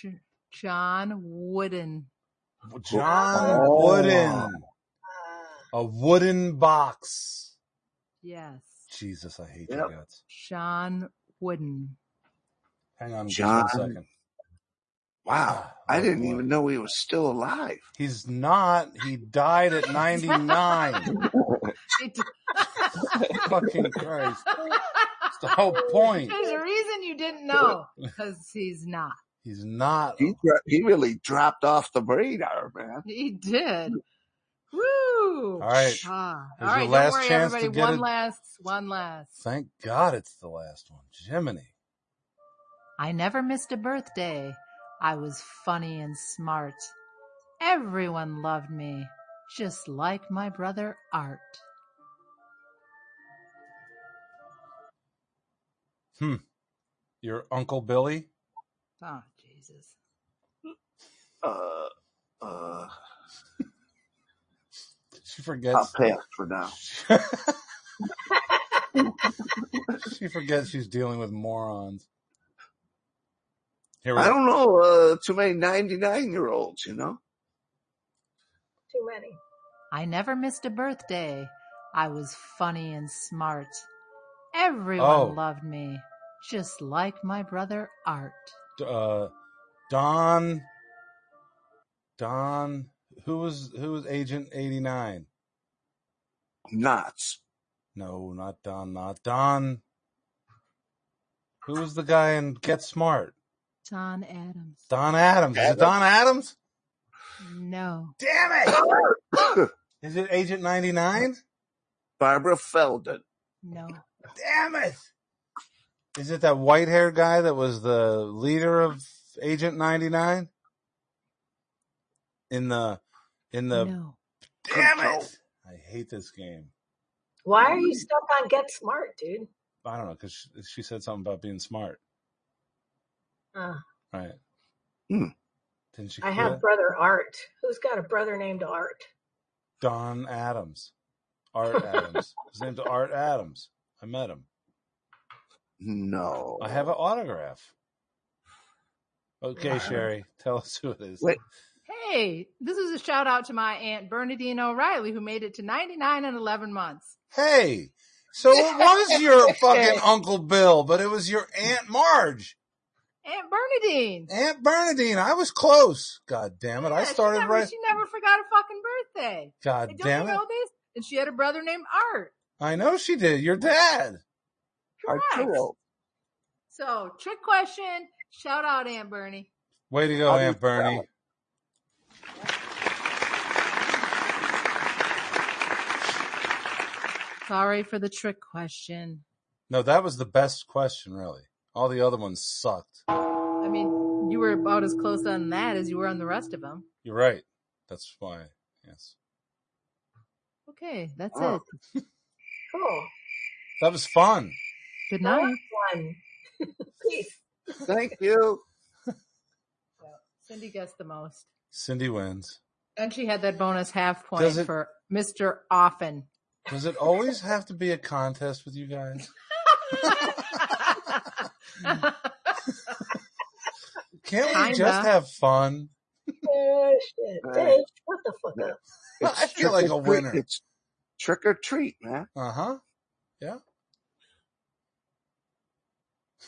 [SPEAKER 3] J- John Wooden.
[SPEAKER 2] John
[SPEAKER 1] oh,
[SPEAKER 2] Wooden.
[SPEAKER 4] Ah,
[SPEAKER 2] A wooden box.
[SPEAKER 3] Yes.
[SPEAKER 2] Jesus, I hate you
[SPEAKER 1] yep,
[SPEAKER 2] guts.
[SPEAKER 3] Sean Wooden.
[SPEAKER 2] Hang on just
[SPEAKER 1] John.
[SPEAKER 2] one second.
[SPEAKER 1] Wow,
[SPEAKER 2] Ah,
[SPEAKER 1] I
[SPEAKER 2] oh
[SPEAKER 1] didn't
[SPEAKER 2] boy.
[SPEAKER 1] even know he was still alive.
[SPEAKER 2] He's not. He died at 99.
[SPEAKER 3] It d-
[SPEAKER 2] Fucking Christ. It's the whole point.
[SPEAKER 3] There's a reason you didn't know because he's not.
[SPEAKER 2] He's not.
[SPEAKER 1] He dro- he really dropped off the radar, man.
[SPEAKER 3] He did. Woo.
[SPEAKER 2] All right.
[SPEAKER 3] Ah, all
[SPEAKER 2] Here's your
[SPEAKER 3] right. Don't
[SPEAKER 2] last
[SPEAKER 3] worry,
[SPEAKER 2] chance to
[SPEAKER 3] everybody.
[SPEAKER 2] get
[SPEAKER 3] One
[SPEAKER 2] it.
[SPEAKER 3] last, one last.
[SPEAKER 2] Thank God it's the last one. Jiminy.
[SPEAKER 5] I never missed a birthday. I was funny and smart. Everyone loved me, just like my brother Art.
[SPEAKER 2] Hmm. Your Uncle Billy?
[SPEAKER 3] Oh, Jesus.
[SPEAKER 1] Uh, uh,
[SPEAKER 2] She
[SPEAKER 1] I'll
[SPEAKER 2] forgets.
[SPEAKER 1] pass for now.
[SPEAKER 2] she forgets she's dealing with morons. Here we
[SPEAKER 1] I
[SPEAKER 2] go.
[SPEAKER 1] don't know. Uh, too many ninety nine year olds, you know.
[SPEAKER 4] too many.
[SPEAKER 5] I never missed a birthday. I was funny and smart.
[SPEAKER 2] Oh,
[SPEAKER 5] Everyone loved me, just like my brother Art.
[SPEAKER 2] d- uh, Don. Don. Who was who was Agent eighty nine?
[SPEAKER 1] Knots.
[SPEAKER 2] No, not Don. Not Don. Who was the guy in Get Smart?
[SPEAKER 5] John Adams.
[SPEAKER 2] Don Adams. Is it
[SPEAKER 1] Adam.
[SPEAKER 2] Don Adams?
[SPEAKER 5] No.
[SPEAKER 2] Damn
[SPEAKER 1] Oh.
[SPEAKER 2] it! Is it Agent ninety nine?
[SPEAKER 1] Barbara Feldon.
[SPEAKER 5] No.
[SPEAKER 2] Damn it! Is it that white haired guy that was the leader of Agent 99 in the in the
[SPEAKER 5] No.
[SPEAKER 2] damn
[SPEAKER 1] Control.
[SPEAKER 2] it? I hate this game.
[SPEAKER 4] Why are
[SPEAKER 2] Mm.
[SPEAKER 4] you stuck on Get Smart, dude?
[SPEAKER 2] I don't know cuz she, she said something about being smart,
[SPEAKER 4] Uh,
[SPEAKER 2] right?
[SPEAKER 1] Hmm.
[SPEAKER 2] Didn't she
[SPEAKER 4] I
[SPEAKER 2] cue
[SPEAKER 4] have
[SPEAKER 2] that?
[SPEAKER 4] brother Art. Who's got a brother named Art?
[SPEAKER 2] Don Adams. Art Adams. His name's Art Adams. I met him. I have
[SPEAKER 1] No.
[SPEAKER 2] an autograph. Okay,
[SPEAKER 4] wow.
[SPEAKER 2] Sherry, tell us who it is.
[SPEAKER 1] Wait.
[SPEAKER 3] Hey, this is a shout out to my Aunt Bernadine O'Reilly who made it to 99 and 11 months.
[SPEAKER 2] Hey, so it was your fucking Uncle Bill, but it was your Aunt Marge.
[SPEAKER 3] Aunt Bernadine.
[SPEAKER 2] Aunt Bernadine, I was close. God damn it. I
[SPEAKER 3] Yeah, she
[SPEAKER 2] started
[SPEAKER 3] never
[SPEAKER 2] right.
[SPEAKER 3] she never forgot a fucking birthday. Hey,
[SPEAKER 2] God
[SPEAKER 3] don't you
[SPEAKER 2] damn it.
[SPEAKER 3] know this? And she had a brother named Art.
[SPEAKER 2] I know she did. Your dad.
[SPEAKER 3] Correct.
[SPEAKER 1] Arturo.
[SPEAKER 3] So trick question. Shout out Aunt Bernie.
[SPEAKER 2] Way to
[SPEAKER 3] Oh,
[SPEAKER 2] go,
[SPEAKER 1] How do you
[SPEAKER 2] Aunt
[SPEAKER 1] spell
[SPEAKER 2] Bernie.
[SPEAKER 1] it?
[SPEAKER 3] Sorry for the trick question.
[SPEAKER 2] No, that was the best question, really. All the other ones sucked.
[SPEAKER 3] I mean, you were about as close on that as you were on the rest of them.
[SPEAKER 2] You're right. That's why. Yes.
[SPEAKER 3] Okay, that's
[SPEAKER 1] Oh,
[SPEAKER 3] it.
[SPEAKER 4] Cool.
[SPEAKER 2] That was fun.
[SPEAKER 3] Good
[SPEAKER 4] I
[SPEAKER 3] night.
[SPEAKER 4] like one. Peace.
[SPEAKER 1] thank you.
[SPEAKER 3] Yeah, Cindy gets the most.
[SPEAKER 2] Cindy wins.
[SPEAKER 3] And she had that bonus half
[SPEAKER 2] Does
[SPEAKER 3] point
[SPEAKER 2] it,
[SPEAKER 3] for Mr. Offen.
[SPEAKER 2] does it always have to be a contest with you guys? Can't we just
[SPEAKER 3] Kinda.
[SPEAKER 2] have fun?
[SPEAKER 4] Oh, shit.
[SPEAKER 1] All
[SPEAKER 4] Dave,
[SPEAKER 1] right.
[SPEAKER 4] shut the fuck up.
[SPEAKER 1] It's
[SPEAKER 2] I feel
[SPEAKER 1] trick
[SPEAKER 2] like
[SPEAKER 1] or
[SPEAKER 2] a
[SPEAKER 1] treat-
[SPEAKER 2] winner.
[SPEAKER 1] It's trick or treat, man.
[SPEAKER 2] Uh huh.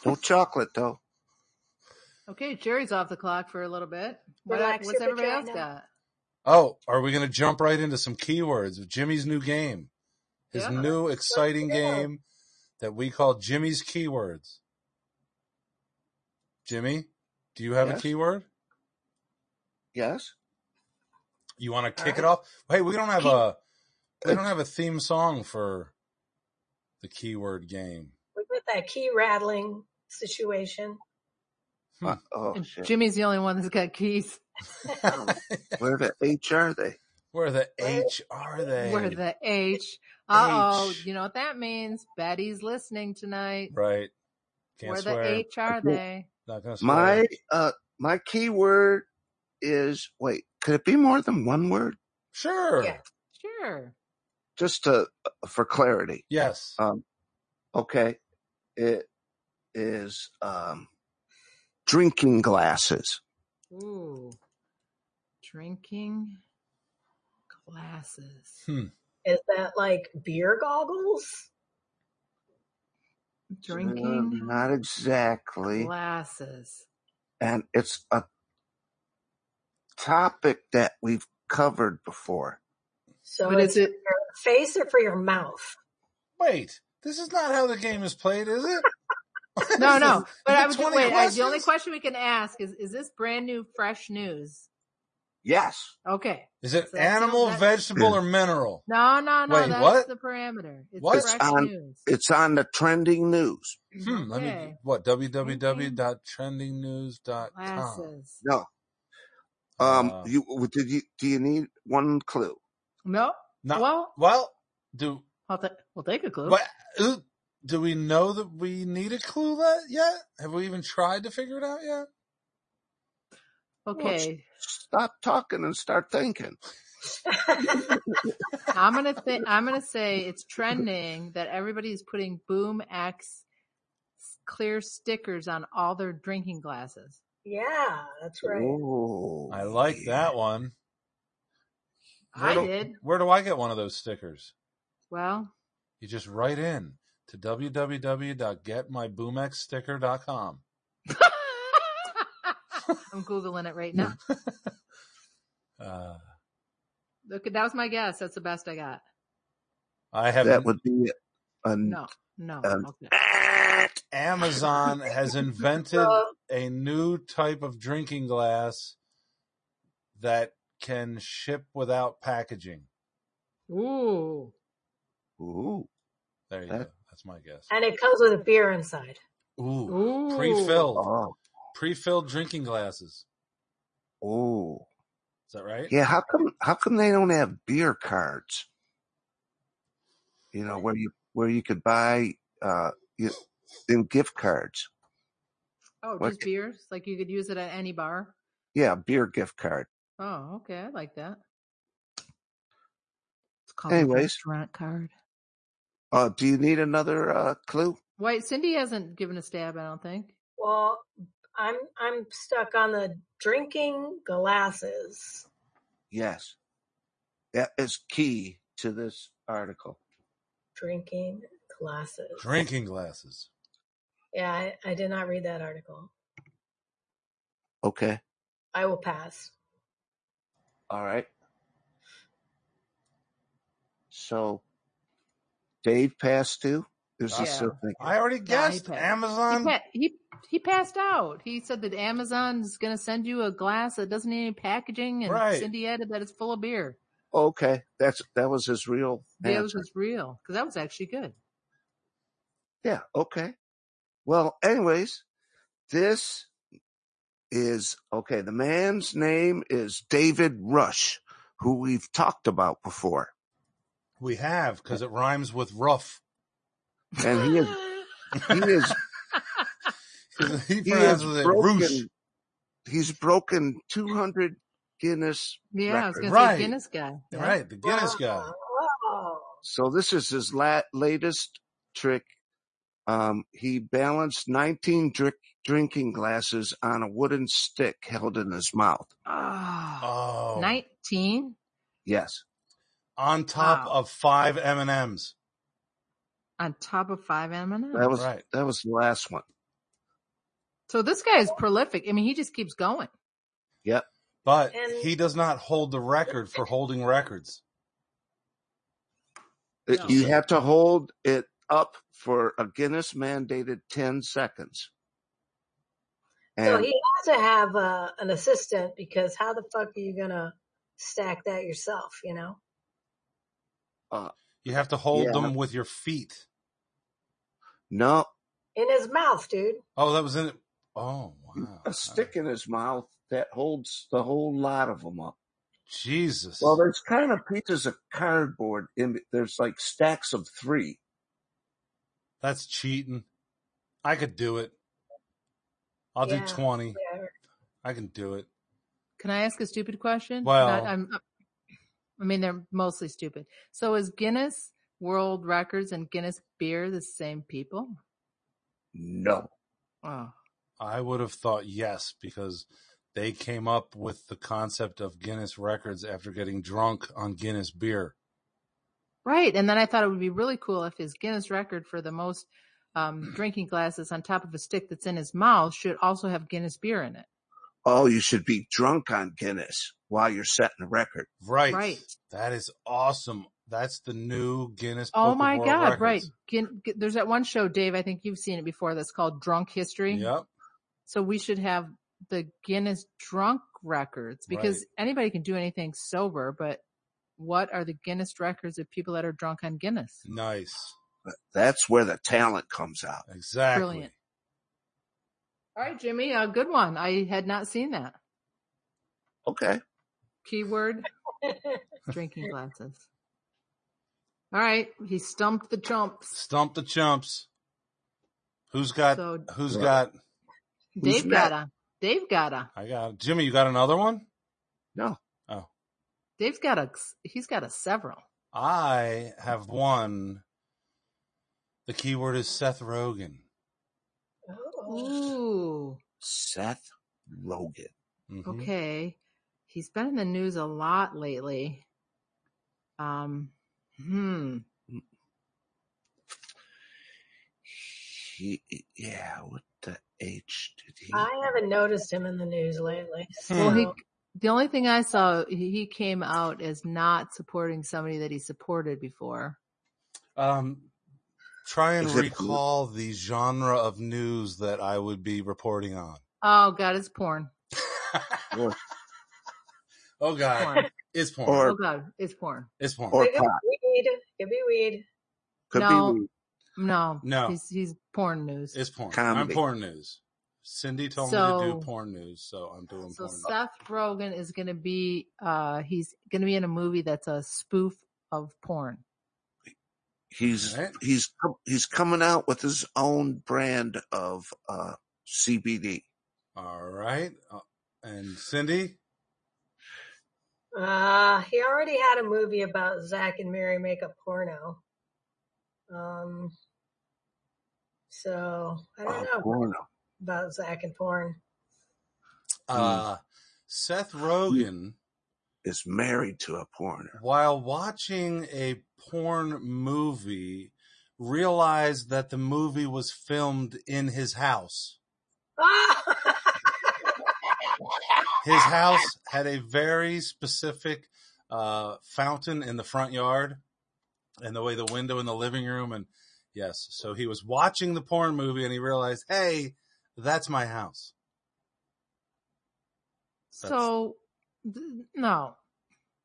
[SPEAKER 1] No chocolate though.
[SPEAKER 3] Okay, Jerry's off the clock for a little bit. What,
[SPEAKER 4] Relax
[SPEAKER 3] what's
[SPEAKER 4] your
[SPEAKER 3] everybody else
[SPEAKER 4] vagina.
[SPEAKER 3] got?
[SPEAKER 2] Oh, are we going to jump right into some keywords of Jimmy's new game? His
[SPEAKER 3] Yeah.
[SPEAKER 2] new
[SPEAKER 4] Let's
[SPEAKER 2] exciting
[SPEAKER 4] go.
[SPEAKER 2] game that we call Jimmy's Keywords. Jimmy, do you have a
[SPEAKER 1] Yes.
[SPEAKER 2] keyword?
[SPEAKER 1] Yes.
[SPEAKER 2] You want to
[SPEAKER 4] All
[SPEAKER 2] kick it
[SPEAKER 4] right.
[SPEAKER 2] off? Hey, we don't have
[SPEAKER 1] Keep
[SPEAKER 2] a we don't have a theme song for the keyword game.
[SPEAKER 4] We got that key rattling situation.
[SPEAKER 2] Hmm.
[SPEAKER 1] oh
[SPEAKER 3] And
[SPEAKER 1] shit.
[SPEAKER 3] Jimmy's the only one that's got keys.
[SPEAKER 1] Oh, where the H are they?
[SPEAKER 2] Where the
[SPEAKER 4] Where-
[SPEAKER 2] H are
[SPEAKER 3] Where
[SPEAKER 2] they?
[SPEAKER 3] the H? Uh oh.
[SPEAKER 2] H.
[SPEAKER 3] You know what that means? Betty's listening tonight.
[SPEAKER 2] Right. Can't
[SPEAKER 3] Where the
[SPEAKER 2] swear.
[SPEAKER 3] H are
[SPEAKER 1] Okay.
[SPEAKER 3] they?
[SPEAKER 2] Not gonna swear.
[SPEAKER 1] My uh my keyword is wait, could it be more than one word?
[SPEAKER 4] Yeah.
[SPEAKER 2] Sure.
[SPEAKER 3] Sure.
[SPEAKER 1] Just to uh, for clarity.
[SPEAKER 2] Yes.
[SPEAKER 1] Um okay. It is um drinking glasses.
[SPEAKER 3] Ooh. Drinking glasses.
[SPEAKER 2] Hmm.
[SPEAKER 4] Is that like beer goggles?
[SPEAKER 1] Uh,
[SPEAKER 3] Drinking
[SPEAKER 1] not exactly.
[SPEAKER 3] glasses.
[SPEAKER 1] And it's a topic that we've covered before.
[SPEAKER 4] So
[SPEAKER 3] But is it?
[SPEAKER 4] it's your face or for your mouth?
[SPEAKER 2] Wait. This is not how the game is played, is it? What
[SPEAKER 3] No,
[SPEAKER 2] is this?
[SPEAKER 3] no. But
[SPEAKER 2] You
[SPEAKER 3] I
[SPEAKER 2] get
[SPEAKER 3] was gonna,
[SPEAKER 2] twenty
[SPEAKER 3] wait. I, the only
[SPEAKER 2] questions?
[SPEAKER 3] question we can ask is: Is this brand new, fresh news?
[SPEAKER 1] Yes.
[SPEAKER 3] Okay.
[SPEAKER 2] Is it
[SPEAKER 3] So that sounds
[SPEAKER 2] animal,
[SPEAKER 3] that.
[SPEAKER 1] Hmm.
[SPEAKER 2] vegetable, or mineral?
[SPEAKER 3] No, no, no.
[SPEAKER 2] Wait,
[SPEAKER 3] That's
[SPEAKER 2] what?
[SPEAKER 3] the parameter. It's
[SPEAKER 2] What? Um,
[SPEAKER 1] It's
[SPEAKER 3] fresh
[SPEAKER 1] on
[SPEAKER 3] news.
[SPEAKER 1] it's on the trending news.
[SPEAKER 2] Hmm. Let me
[SPEAKER 3] Okay.
[SPEAKER 2] what?
[SPEAKER 3] Drinking
[SPEAKER 2] www.trendingnews.com.
[SPEAKER 3] glasses.
[SPEAKER 1] No. Um
[SPEAKER 2] Uh,
[SPEAKER 1] you did you do you need one clue?
[SPEAKER 3] No.
[SPEAKER 2] not
[SPEAKER 3] Well,
[SPEAKER 2] well. Do
[SPEAKER 3] I'll ta- we'll take a clue.
[SPEAKER 2] what? ooh, Do we know that we need a clue that yet? Have we even tried to figure it out yet?
[SPEAKER 1] Well, s-
[SPEAKER 3] Okay.
[SPEAKER 1] stop talking and start thinking.
[SPEAKER 3] I'm gonna think. I'm gonna say it's trending that everybody's putting Boom X s- clear stickers on all their drinking glasses.
[SPEAKER 4] yeah, that's right.
[SPEAKER 1] Oh,
[SPEAKER 2] I like
[SPEAKER 1] yeah.
[SPEAKER 2] that one. Where
[SPEAKER 3] I
[SPEAKER 2] do
[SPEAKER 3] did.
[SPEAKER 2] where do I get one of those stickers?
[SPEAKER 3] Well,
[SPEAKER 2] You just write in to www.getmyboomxsticker.com.
[SPEAKER 3] I'm googling it right now.
[SPEAKER 2] Uh,
[SPEAKER 3] Look, that was my guess. That's the best I got.
[SPEAKER 2] I have
[SPEAKER 1] That would be an,
[SPEAKER 3] No, no.
[SPEAKER 1] an
[SPEAKER 3] Okay.
[SPEAKER 2] Amazon has invented
[SPEAKER 4] Well,
[SPEAKER 2] a new type of drinking glass that can ship without packaging.
[SPEAKER 3] Ooh.
[SPEAKER 1] Ooh,
[SPEAKER 2] There you
[SPEAKER 1] that
[SPEAKER 2] go. That's my guess.
[SPEAKER 4] and it comes with a beer inside.
[SPEAKER 2] Ooh,
[SPEAKER 3] Ooh.
[SPEAKER 2] pre-filled,
[SPEAKER 1] oh
[SPEAKER 2] pre-filled drinking glasses.
[SPEAKER 1] oh
[SPEAKER 2] Is that right?
[SPEAKER 1] yeah. How come how come they don't have beer cards? You know where you where you could buy uh you, in gift cards.
[SPEAKER 3] Oh,
[SPEAKER 1] What?
[SPEAKER 3] just beers? Like you could use it at any bar?
[SPEAKER 1] Yeah, beer gift card.
[SPEAKER 3] Oh, okay. I like that. It's called a
[SPEAKER 1] Anyways,
[SPEAKER 3] restaurant card.
[SPEAKER 1] uh, do you need another uh, clue?
[SPEAKER 3] Wait, Cindy hasn't given a stab, I don't think.
[SPEAKER 4] Well, I'm I'm stuck on the drinking glasses.
[SPEAKER 1] Yes, that is key to this article.
[SPEAKER 4] Drinking glasses.
[SPEAKER 2] Drinking glasses.
[SPEAKER 4] Yeah, I, I did not read that article.
[SPEAKER 1] Okay,
[SPEAKER 4] I will pass.
[SPEAKER 1] all right. So Dave passed too. Is he
[SPEAKER 2] Ah,
[SPEAKER 1] still
[SPEAKER 3] Yeah.
[SPEAKER 1] thinking?
[SPEAKER 2] I already
[SPEAKER 3] Nah, he
[SPEAKER 2] guessed
[SPEAKER 3] passed. He
[SPEAKER 2] Amazon.
[SPEAKER 3] pa- he he passed out. He said that Amazon's going to send you a glass that doesn't need any packaging, and
[SPEAKER 2] Right.
[SPEAKER 3] Cindy added that it's full of beer.
[SPEAKER 1] Okay, that's that was his real
[SPEAKER 3] That was
[SPEAKER 1] answer.
[SPEAKER 3] just real because that was actually good.
[SPEAKER 1] Yeah. Okay. Well, anyways, this is okay. The man's name is David Rush, who we've talked about before,
[SPEAKER 2] We have because it rhymes with rough.
[SPEAKER 1] and he is he is
[SPEAKER 2] Because he
[SPEAKER 1] he is
[SPEAKER 2] pronounces it roosh.
[SPEAKER 1] broken. He's broken two hundred Guinness
[SPEAKER 3] yeah, I was
[SPEAKER 1] records.
[SPEAKER 3] going to say
[SPEAKER 2] Right.
[SPEAKER 3] Guinness guy. Yeah.
[SPEAKER 2] Right. The Guinness guy.
[SPEAKER 4] Wow.
[SPEAKER 1] So this is his la- latest trick. Um, he balanced nineteen drink drinking glasses on a wooden stick held in his mouth.
[SPEAKER 3] Oh,
[SPEAKER 2] Oh,
[SPEAKER 3] 19?
[SPEAKER 1] Yes.
[SPEAKER 2] on top
[SPEAKER 3] Wow.
[SPEAKER 2] of five M and M's.
[SPEAKER 3] On top of five M&M's.
[SPEAKER 1] That was
[SPEAKER 2] Right.
[SPEAKER 1] that was the last one.
[SPEAKER 3] So this guy is prolific. I mean, he just keeps going.
[SPEAKER 2] But
[SPEAKER 4] And-
[SPEAKER 2] he does not hold the record for holding records.
[SPEAKER 1] It-
[SPEAKER 3] No.
[SPEAKER 1] You have to hold it up for a Guinness mandated 10 seconds.
[SPEAKER 4] so
[SPEAKER 1] And
[SPEAKER 4] he has to have uh, an assistant because how the fuck are you gonna stack that yourself? You know.
[SPEAKER 2] You have to hold
[SPEAKER 1] Yeah.
[SPEAKER 2] them with your feet.
[SPEAKER 1] no,
[SPEAKER 4] In his mouth, dude.
[SPEAKER 2] Oh, that was in it. Oh, wow.
[SPEAKER 1] a stick in his mouth that holds the whole lot of them up.
[SPEAKER 2] Jesus.
[SPEAKER 1] Well, there's kind of pieces of cardboard in there's like stacks of three.
[SPEAKER 2] That's cheating. I could do it. I'll
[SPEAKER 4] Yeah.
[SPEAKER 2] do 20.
[SPEAKER 4] Yeah.
[SPEAKER 2] I can do it.
[SPEAKER 3] Can I ask a stupid question?
[SPEAKER 2] Well-
[SPEAKER 3] Not- I'm, uh, I mean, they're mostly stupid. So is Guinness World Records and Guinness Beer the same people?
[SPEAKER 1] No.
[SPEAKER 3] Oh,
[SPEAKER 2] I would have thought yes, because they came up with the concept of Guinness records after getting drunk on Guinness beer.
[SPEAKER 3] right. And then I thought it would be really cool if his Guinness record for the most um, drinking glasses on top of a stick that's in his mouth should also have Guinness beer in it.
[SPEAKER 1] Oh, you should be drunk on Guinness while you're setting a record.
[SPEAKER 2] Right.
[SPEAKER 3] Right.
[SPEAKER 2] That is awesome. That's the new Guinness. Book
[SPEAKER 3] Oh
[SPEAKER 2] of
[SPEAKER 3] my
[SPEAKER 2] World
[SPEAKER 3] God.
[SPEAKER 2] Records.
[SPEAKER 3] Right. Guin- Gu- There's that one show, Dave. I think you've seen it before. That's called Drunk History.
[SPEAKER 2] Yep.
[SPEAKER 3] So we should have the Guinness drunk records because anybody can do anything sober, but what are the Guinness records of people that are drunk on Guinness?
[SPEAKER 2] Nice.
[SPEAKER 1] But that's where the talent comes out.
[SPEAKER 2] Exactly.
[SPEAKER 3] Brilliant. All right, Jimmy, a good one. I had not seen that.
[SPEAKER 1] Okay.
[SPEAKER 3] Keyword drinking glasses. All right. He stumped the chumps.
[SPEAKER 2] Stump the chumps. Who's got?
[SPEAKER 3] So-
[SPEAKER 2] who's
[SPEAKER 1] Right.
[SPEAKER 2] got?
[SPEAKER 1] Who's
[SPEAKER 3] Dave gotta. Dave gotta.
[SPEAKER 2] I got Jimmy. You got another one?
[SPEAKER 1] No.
[SPEAKER 2] Oh,
[SPEAKER 3] Dave's got a, he's got a several.
[SPEAKER 2] I have one. The keyword is Seth Rogen.
[SPEAKER 4] Oh.
[SPEAKER 3] Ooh.
[SPEAKER 1] Seth Rogen.
[SPEAKER 2] Mhm.
[SPEAKER 3] Okay. He's been in the news a lot lately. Um, hmm.
[SPEAKER 1] He, yeah, what the H did he?
[SPEAKER 4] I haven't noticed him in the news lately. So
[SPEAKER 3] Hmm. Well,
[SPEAKER 2] Hmm.
[SPEAKER 3] he, the only thing I saw, he he came out as not supporting somebody that he supported before.
[SPEAKER 2] Um, try and
[SPEAKER 1] Is it-
[SPEAKER 2] recall the genre of news that I would be reporting on.
[SPEAKER 3] Oh God, it's porn.
[SPEAKER 1] or,
[SPEAKER 2] oh God,
[SPEAKER 3] Porn.
[SPEAKER 2] it's porn.
[SPEAKER 1] Or-
[SPEAKER 3] oh God, it's porn.
[SPEAKER 2] it's porn.
[SPEAKER 1] or
[SPEAKER 4] it could
[SPEAKER 1] pop.
[SPEAKER 4] be weed. It could be weed.
[SPEAKER 1] Could
[SPEAKER 3] No.
[SPEAKER 1] be weed.
[SPEAKER 3] No.
[SPEAKER 2] No.
[SPEAKER 3] He's, he's porn news.
[SPEAKER 2] it's porn. I'm
[SPEAKER 1] Comedy.
[SPEAKER 2] porn news. Cindy told me to do
[SPEAKER 3] So-
[SPEAKER 2] porn news, so I'm doing
[SPEAKER 3] So
[SPEAKER 2] porn. news.
[SPEAKER 3] Seth Rogen is going to be, uh, he's going to be in a movie that's a spoof of porn.
[SPEAKER 1] He's,
[SPEAKER 2] All right.
[SPEAKER 1] he's, com- he's coming out with his own brand of, uh, CBD.
[SPEAKER 2] All right. Uh, and Cindy,
[SPEAKER 4] Uh, he already had a movie about Zach and Mary make a porno. Um, so I don't
[SPEAKER 1] Oh,
[SPEAKER 4] know
[SPEAKER 1] porno.
[SPEAKER 4] about Zach and porn.
[SPEAKER 2] uh, Seth Rogen,
[SPEAKER 1] Is married to a porno.
[SPEAKER 2] while watching a porn movie, realized that the movie was filmed in his house.
[SPEAKER 4] Ah!
[SPEAKER 2] his house had a very specific uh, fountain in the front yard and the way the window in the living room and yes so he was watching the porn movie and he realized hey that's my house
[SPEAKER 3] So th- no,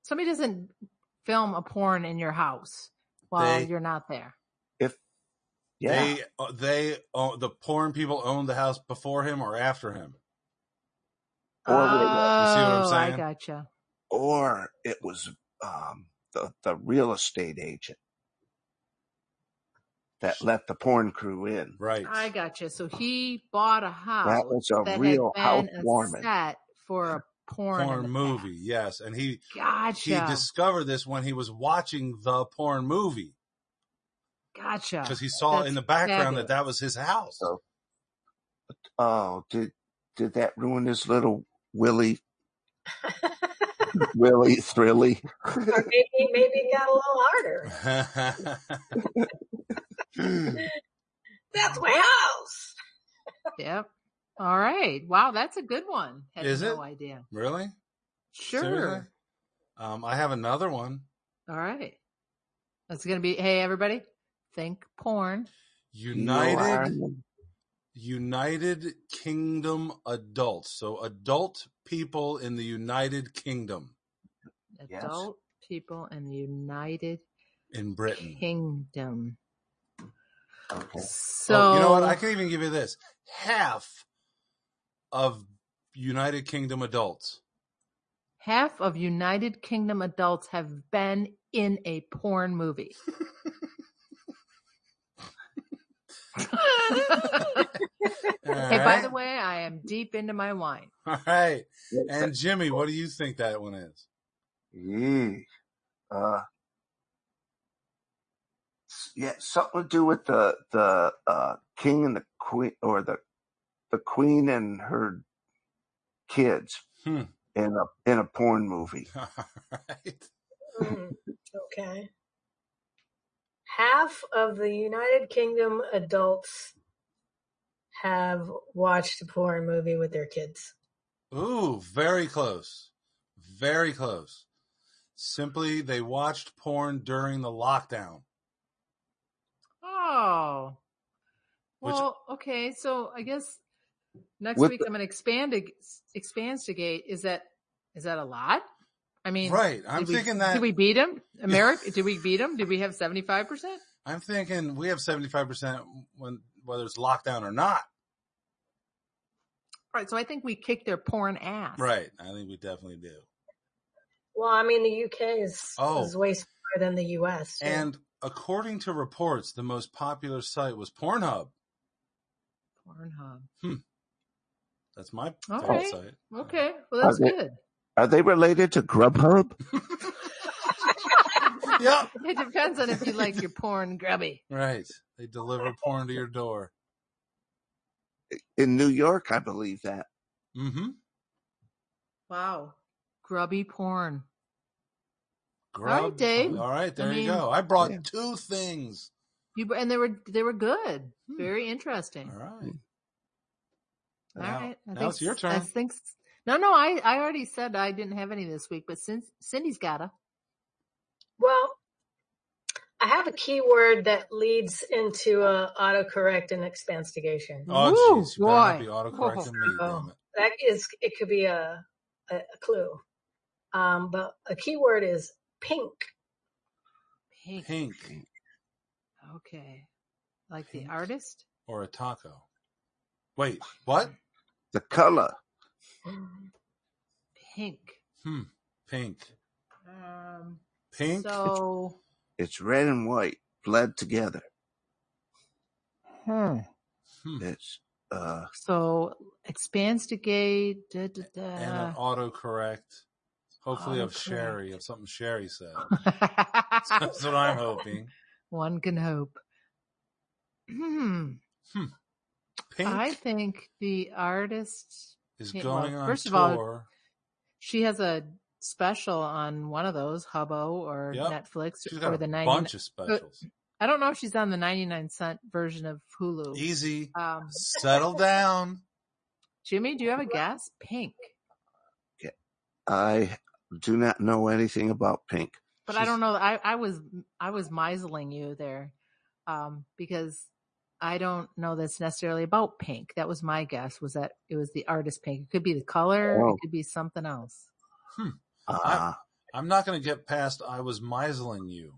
[SPEAKER 3] somebody doesn't film a porn in your house while
[SPEAKER 2] They-
[SPEAKER 3] you're not there.
[SPEAKER 1] Yeah.
[SPEAKER 2] they they oh, the porn people owned the house before him or after him uh,
[SPEAKER 1] Or
[SPEAKER 3] oh,
[SPEAKER 1] wait, you see
[SPEAKER 2] what I'm
[SPEAKER 3] I
[SPEAKER 2] saying?
[SPEAKER 3] gotcha.
[SPEAKER 1] or it was, um, the, the real estate agent that let the porn crew in.
[SPEAKER 2] right
[SPEAKER 3] I gotcha. So he bought a house
[SPEAKER 1] That was a
[SPEAKER 3] that
[SPEAKER 1] real
[SPEAKER 3] had been
[SPEAKER 1] housewarming.
[SPEAKER 3] a set for a porn, in
[SPEAKER 2] porn
[SPEAKER 3] the
[SPEAKER 2] movie yes and he
[SPEAKER 3] Past.
[SPEAKER 2] he
[SPEAKER 3] Gotcha.
[SPEAKER 2] discovered this when he was watching the porn movie
[SPEAKER 3] gotcha.
[SPEAKER 2] because he saw
[SPEAKER 3] That's
[SPEAKER 2] in the background that
[SPEAKER 3] fabulous.
[SPEAKER 2] that was his house
[SPEAKER 1] So Oh, did did that ruin his little Willy Willy Thrilly?
[SPEAKER 4] or maybe maybe it got a little harder. That's my house.
[SPEAKER 3] Yep. All right. Wow, that's a good one. Had
[SPEAKER 2] Is
[SPEAKER 3] no
[SPEAKER 2] it?
[SPEAKER 3] idea.
[SPEAKER 2] really?
[SPEAKER 3] Sure.
[SPEAKER 2] Seriously? Um, I have another one.
[SPEAKER 3] All right. That's gonna be hey everybody, think porn.
[SPEAKER 2] United
[SPEAKER 1] No,
[SPEAKER 2] United Kingdom adults. So adult people in the United Kingdom
[SPEAKER 1] Yes.
[SPEAKER 3] Adult people in the United
[SPEAKER 2] in Britain.
[SPEAKER 3] Kingdom.
[SPEAKER 1] I- okay.
[SPEAKER 3] So
[SPEAKER 2] Oh, you know what? I can even give you this. Half of United Kingdom adults.
[SPEAKER 3] half of United Kingdom adults have been in a porn movie.
[SPEAKER 2] All
[SPEAKER 3] Hey, by
[SPEAKER 2] right.
[SPEAKER 3] the way, I am deep into my wine.
[SPEAKER 2] All right.
[SPEAKER 1] Wait,
[SPEAKER 2] And Jimmy, what do you think that one is?
[SPEAKER 1] Yee. Uh, s- yeah, something to do with the the uh, king and the queen, or the the queen and her kids
[SPEAKER 2] Hmm.
[SPEAKER 1] in a in a porn movie.
[SPEAKER 2] All right.
[SPEAKER 4] Mm, okay. Half of the United Kingdom adults have watched a porn movie with their kids.
[SPEAKER 2] Ooh, very close. Very close. Simply, they watched porn during the lockdown.
[SPEAKER 3] Oh.
[SPEAKER 2] Which-
[SPEAKER 3] Well, okay. So I guess next
[SPEAKER 1] With
[SPEAKER 3] week I'm going to expand expanstigate. Is that is that a lot? I mean,
[SPEAKER 2] Right. I'm
[SPEAKER 3] did we,
[SPEAKER 2] thinking that
[SPEAKER 3] did we beat him, America? did we beat him? Did we have seventy five percent?
[SPEAKER 2] I'm thinking we have 75% when whether it's lockdown or not.
[SPEAKER 3] All right. So I think we kicked their porn ass.
[SPEAKER 2] Right. I think we definitely do.
[SPEAKER 4] Well, I mean, the UK is,
[SPEAKER 2] Oh.
[SPEAKER 4] is way smaller than the US. so-
[SPEAKER 2] And according to reports, the most popular site was Pornhub.
[SPEAKER 3] Pornhub.
[SPEAKER 2] That's my
[SPEAKER 3] All
[SPEAKER 2] favorite
[SPEAKER 3] right.
[SPEAKER 2] site.
[SPEAKER 3] Okay. Well, that's
[SPEAKER 1] Are they-
[SPEAKER 3] good.
[SPEAKER 1] are they related to Grubhub?
[SPEAKER 2] Yep.
[SPEAKER 3] It depends on if you like your porn grubby.
[SPEAKER 2] Right. They deliver porn to your door.
[SPEAKER 1] In New York, I believe that.
[SPEAKER 2] Mm-hmm.
[SPEAKER 3] Wow. Grubby porn.
[SPEAKER 2] Grub.
[SPEAKER 3] All right, Dave.
[SPEAKER 2] All right. There
[SPEAKER 3] I
[SPEAKER 2] you go.
[SPEAKER 3] mean-
[SPEAKER 2] I brought
[SPEAKER 1] Yeah.
[SPEAKER 2] two things.
[SPEAKER 3] You and they were they were good.
[SPEAKER 2] Hmm.
[SPEAKER 3] Very interesting.
[SPEAKER 2] All right.
[SPEAKER 3] All
[SPEAKER 2] Now-
[SPEAKER 3] right. I
[SPEAKER 2] now
[SPEAKER 3] think
[SPEAKER 2] it's your
[SPEAKER 3] s-
[SPEAKER 2] turn.
[SPEAKER 3] I think s- no, no. I I already said I didn't have any this week, but since Cindy's got a
[SPEAKER 4] well, I have a keyword that leads into uh, autocorrect and expanstigation.
[SPEAKER 2] Oh,
[SPEAKER 3] Woo,
[SPEAKER 2] jeez. You better not
[SPEAKER 3] boy.
[SPEAKER 2] be autocorrecting me, damn it.
[SPEAKER 4] That is, it could be a, a, a clue. Um, but a keyword is pink.
[SPEAKER 3] pink.
[SPEAKER 2] Pink
[SPEAKER 3] Okay, like
[SPEAKER 2] Pink.
[SPEAKER 3] the artist.
[SPEAKER 2] or a taco. Wait, what?
[SPEAKER 1] The color.
[SPEAKER 3] Pink.
[SPEAKER 2] Hmm. Pink.
[SPEAKER 3] Um.
[SPEAKER 2] Pink.
[SPEAKER 3] So.
[SPEAKER 1] It's red and white bled together.
[SPEAKER 3] Hmm.
[SPEAKER 2] Hmm.
[SPEAKER 1] It's uh,
[SPEAKER 3] So expanstigate. Da, da,
[SPEAKER 2] and an
[SPEAKER 3] da.
[SPEAKER 2] autocorrect. Hopefully of
[SPEAKER 3] uh Autocorrect.
[SPEAKER 2] Sherry, of something Sherry said. That's what I'm hoping.
[SPEAKER 3] One can hope. Hmm.
[SPEAKER 2] Pink
[SPEAKER 3] I think the artist.
[SPEAKER 2] is
[SPEAKER 3] Pink- well,
[SPEAKER 2] going on
[SPEAKER 3] first of
[SPEAKER 2] tour.
[SPEAKER 3] all, she has a special on one of those Hubbo or
[SPEAKER 2] Yep.
[SPEAKER 3] Netflix
[SPEAKER 2] She's got
[SPEAKER 3] or
[SPEAKER 2] a
[SPEAKER 3] the 99
[SPEAKER 2] bunch of specials.
[SPEAKER 3] I don't know if she's on the 99 cent version of Hulu.
[SPEAKER 2] Easy.
[SPEAKER 3] Um,
[SPEAKER 2] Settle down.
[SPEAKER 3] Jimmy, do you have a guess? Pink.
[SPEAKER 1] I do not know anything about pink.
[SPEAKER 3] But I
[SPEAKER 2] She's-
[SPEAKER 3] don't know. I, I was, I was miseling you there. Um, because I don't know that's necessarily about pink. That was my guess was that it was the artist pink. It could be the color. It
[SPEAKER 1] Oh.
[SPEAKER 3] could be something else.
[SPEAKER 1] Uh,
[SPEAKER 2] I'm not going to get past I was miseling you.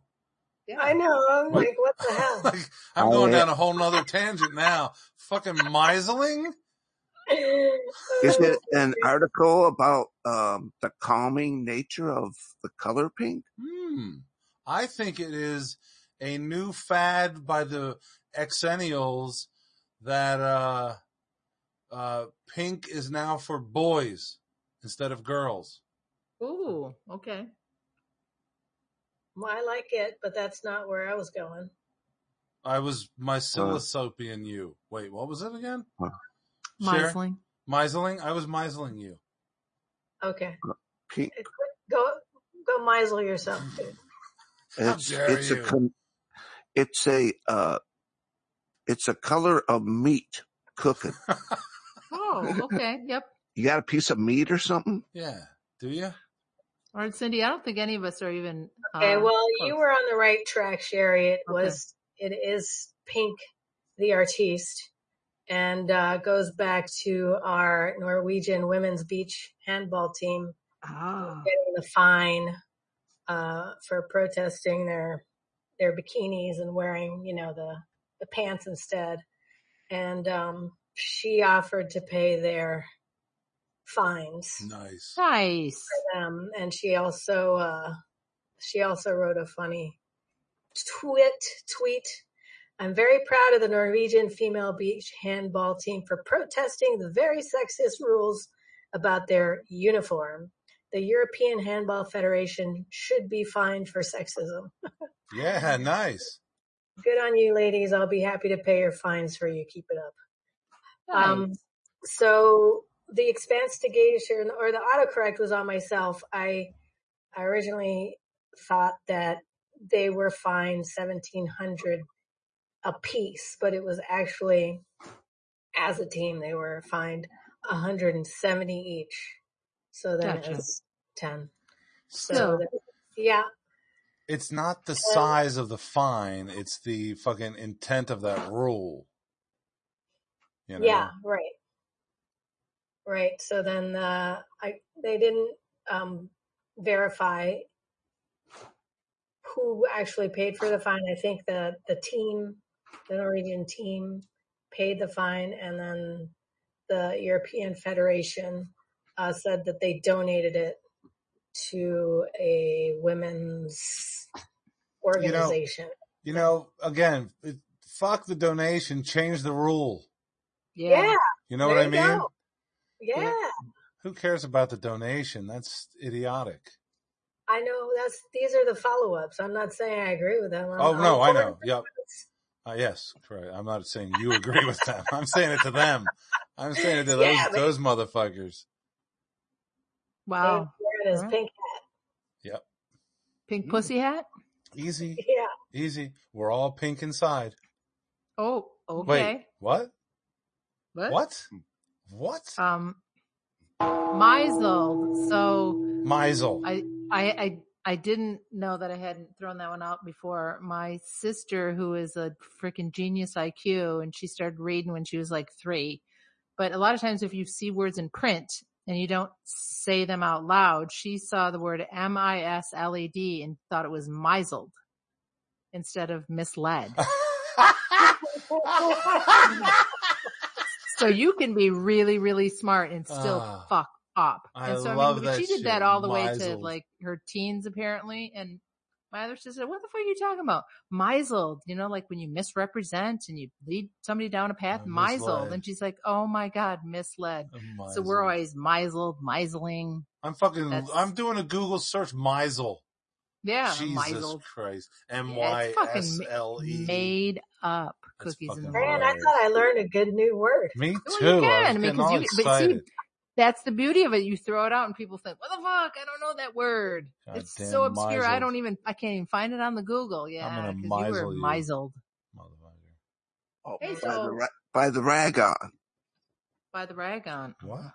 [SPEAKER 3] Yeah.
[SPEAKER 4] I know. I'm
[SPEAKER 2] What?
[SPEAKER 4] like, what the hell?
[SPEAKER 2] like, I'm
[SPEAKER 1] I-
[SPEAKER 2] going down a whole nother tangent now. Fucking miseling?
[SPEAKER 1] is it an article about um, the calming nature of the color pink?
[SPEAKER 2] Hmm. I think it is a new fad by the exennials that, uh, uh, pink is now for boys instead of girls.
[SPEAKER 3] Ooh. Okay.
[SPEAKER 4] Well, I like it, but that's not where I was going.
[SPEAKER 2] I was my psilocybian you. Wait, what was it again? Sharon?
[SPEAKER 5] Meisling.
[SPEAKER 2] Miseling? I was miseling you.
[SPEAKER 4] Okay.
[SPEAKER 1] Pe-
[SPEAKER 4] Go go misel yourself,
[SPEAKER 3] Uh,
[SPEAKER 4] dude.
[SPEAKER 2] How
[SPEAKER 1] It's
[SPEAKER 2] dare
[SPEAKER 1] it's
[SPEAKER 2] you.
[SPEAKER 1] a con- it's a uh it's a color of meat cooking.
[SPEAKER 3] Oh, okay. Yep.
[SPEAKER 1] You got a piece of meat or something?
[SPEAKER 2] yeah. Do you?
[SPEAKER 3] All right, Cindy, I don't think any of us are even.
[SPEAKER 4] Okay,
[SPEAKER 3] uh,
[SPEAKER 4] well,
[SPEAKER 3] close.
[SPEAKER 4] you were on the right track, Sherry. It
[SPEAKER 3] Okay.
[SPEAKER 4] was it is Pink the Artiste and uh, goes back to our Norwegian women's beach handball team
[SPEAKER 3] Ah,
[SPEAKER 4] getting the fine uh, for protesting their their bikinis and wearing, you know, the the pants instead. And um, she offered to pay their fines
[SPEAKER 2] Nice.
[SPEAKER 3] nice.
[SPEAKER 4] for them, Um, and she also uh, she also wrote a funny tweet tweet. I'm very proud of the Norwegian female beach handball team for protesting the very sexist rules about their uniform. The European Handball Federation should be fined for sexism.
[SPEAKER 2] Yeah, nice.
[SPEAKER 4] Good on you, ladies. I'll be happy to pay your fines for you. Keep it up.
[SPEAKER 3] Nice.
[SPEAKER 4] Um, so the expanstigation or the autocorrect was on myself. I I originally thought that they were fined seventeen hundred a piece, but it was actually as a team they were fined hundred and seventy each. So then it
[SPEAKER 3] Gotcha.
[SPEAKER 4] was ten. So
[SPEAKER 3] So,
[SPEAKER 4] that, yeah,
[SPEAKER 2] It's not the
[SPEAKER 4] and
[SPEAKER 2] size of the fine, it's the fucking intent of that rule. You know?
[SPEAKER 4] yeah, right, right. So then uh, I they didn't um, verify who actually paid for the fine. I think the the team, the Norwegian team, paid the fine, and then the European Federation uh, said that they donated it to a women's
[SPEAKER 2] You know,
[SPEAKER 4] organization.
[SPEAKER 2] you
[SPEAKER 4] So,
[SPEAKER 2] know, again, it- fuck the donation, change the rule.
[SPEAKER 3] yeah.
[SPEAKER 4] yeah,
[SPEAKER 2] You know what
[SPEAKER 4] there
[SPEAKER 2] I
[SPEAKER 4] you go.
[SPEAKER 2] mean?
[SPEAKER 4] Yeah,
[SPEAKER 2] You know, who cares about the donation? That's idiotic.
[SPEAKER 4] I know. That's these are the follow ups. I'm not saying I agree with them. I'm,
[SPEAKER 2] Oh,
[SPEAKER 4] I'm
[SPEAKER 2] no, I
[SPEAKER 4] for
[SPEAKER 2] know. Yep. Uh, yes, correct. I'm not saying you agree with them. I'm saying it to them. I'm saying it to
[SPEAKER 4] yeah,
[SPEAKER 2] those
[SPEAKER 4] they
[SPEAKER 2] those motherfuckers.
[SPEAKER 4] they
[SPEAKER 3] Wow.
[SPEAKER 4] wear it
[SPEAKER 3] All
[SPEAKER 4] as
[SPEAKER 3] right.
[SPEAKER 4] pink.
[SPEAKER 2] Yep.
[SPEAKER 3] Pink
[SPEAKER 1] Mm.
[SPEAKER 3] pussy hat.
[SPEAKER 2] Easy,
[SPEAKER 4] Yeah,
[SPEAKER 2] easy. We're all pink inside.
[SPEAKER 3] Oh,
[SPEAKER 2] Wait,
[SPEAKER 3] okay.
[SPEAKER 2] what?
[SPEAKER 3] What?
[SPEAKER 2] What? What?
[SPEAKER 3] Um, Meisel. So
[SPEAKER 2] Meisel.
[SPEAKER 3] I, I, I, I didn't know that I hadn't thrown that one out before. My sister, who is a freaking genius IQ, and she started reading when she was like three. But a lot of times, if you see words in print and you don't say them out loud, she saw the word M I S L E D and thought it was misled instead of misled. So you can be really, really smart and still
[SPEAKER 2] Ah,
[SPEAKER 3] fuck up.
[SPEAKER 2] I
[SPEAKER 3] And so, I mean,
[SPEAKER 2] love
[SPEAKER 3] but
[SPEAKER 2] that
[SPEAKER 3] she did that
[SPEAKER 2] shit.
[SPEAKER 3] all the way to
[SPEAKER 2] Misled.
[SPEAKER 3] like her teens apparently. And my other sister, said, what the fuck are you talking about? Misled, you know, like when you misrepresent and you lead somebody down a path,
[SPEAKER 2] Uh,
[SPEAKER 3] misled.
[SPEAKER 2] misled.
[SPEAKER 3] And she's like, oh my God, misled.
[SPEAKER 2] Uh,
[SPEAKER 3] So
[SPEAKER 2] Misled.
[SPEAKER 3] we're always misled, misling.
[SPEAKER 2] I'm fucking. I'm
[SPEAKER 3] That's,
[SPEAKER 2] doing a Google search. Misled.
[SPEAKER 3] yeah,
[SPEAKER 2] Jesus
[SPEAKER 3] misled.
[SPEAKER 2] Christ.
[SPEAKER 3] Yeah, it's
[SPEAKER 2] M-Y
[SPEAKER 3] fucking
[SPEAKER 2] S L
[SPEAKER 3] ma-
[SPEAKER 2] E.
[SPEAKER 3] made up
[SPEAKER 2] That's
[SPEAKER 3] cookies and
[SPEAKER 2] fucking
[SPEAKER 4] man,
[SPEAKER 3] milk.
[SPEAKER 4] I thought
[SPEAKER 2] hilarious.
[SPEAKER 4] I learned a good new word.
[SPEAKER 2] Me
[SPEAKER 3] Well, Oh, you
[SPEAKER 2] too. I
[SPEAKER 3] can.
[SPEAKER 2] was
[SPEAKER 3] I mean,
[SPEAKER 2] getting all
[SPEAKER 3] because you, but see,
[SPEAKER 2] excited.
[SPEAKER 3] that's the beauty of it. You throw it out and people think, what the fuck? I don't know that word.
[SPEAKER 2] God
[SPEAKER 3] It's so
[SPEAKER 2] damn
[SPEAKER 3] obscure. I
[SPEAKER 2] misled.
[SPEAKER 3] don't e- even, I can't even find it on the Google.
[SPEAKER 2] I'm gonna
[SPEAKER 3] Yeah. Cause you
[SPEAKER 2] misel you,
[SPEAKER 3] were misled.
[SPEAKER 2] motherfucker.
[SPEAKER 1] Oh,
[SPEAKER 3] Hey,
[SPEAKER 1] by the
[SPEAKER 3] so
[SPEAKER 1] ra- by the rag on.
[SPEAKER 3] by the rag on. Oh, I don't know
[SPEAKER 2] What?
[SPEAKER 3] what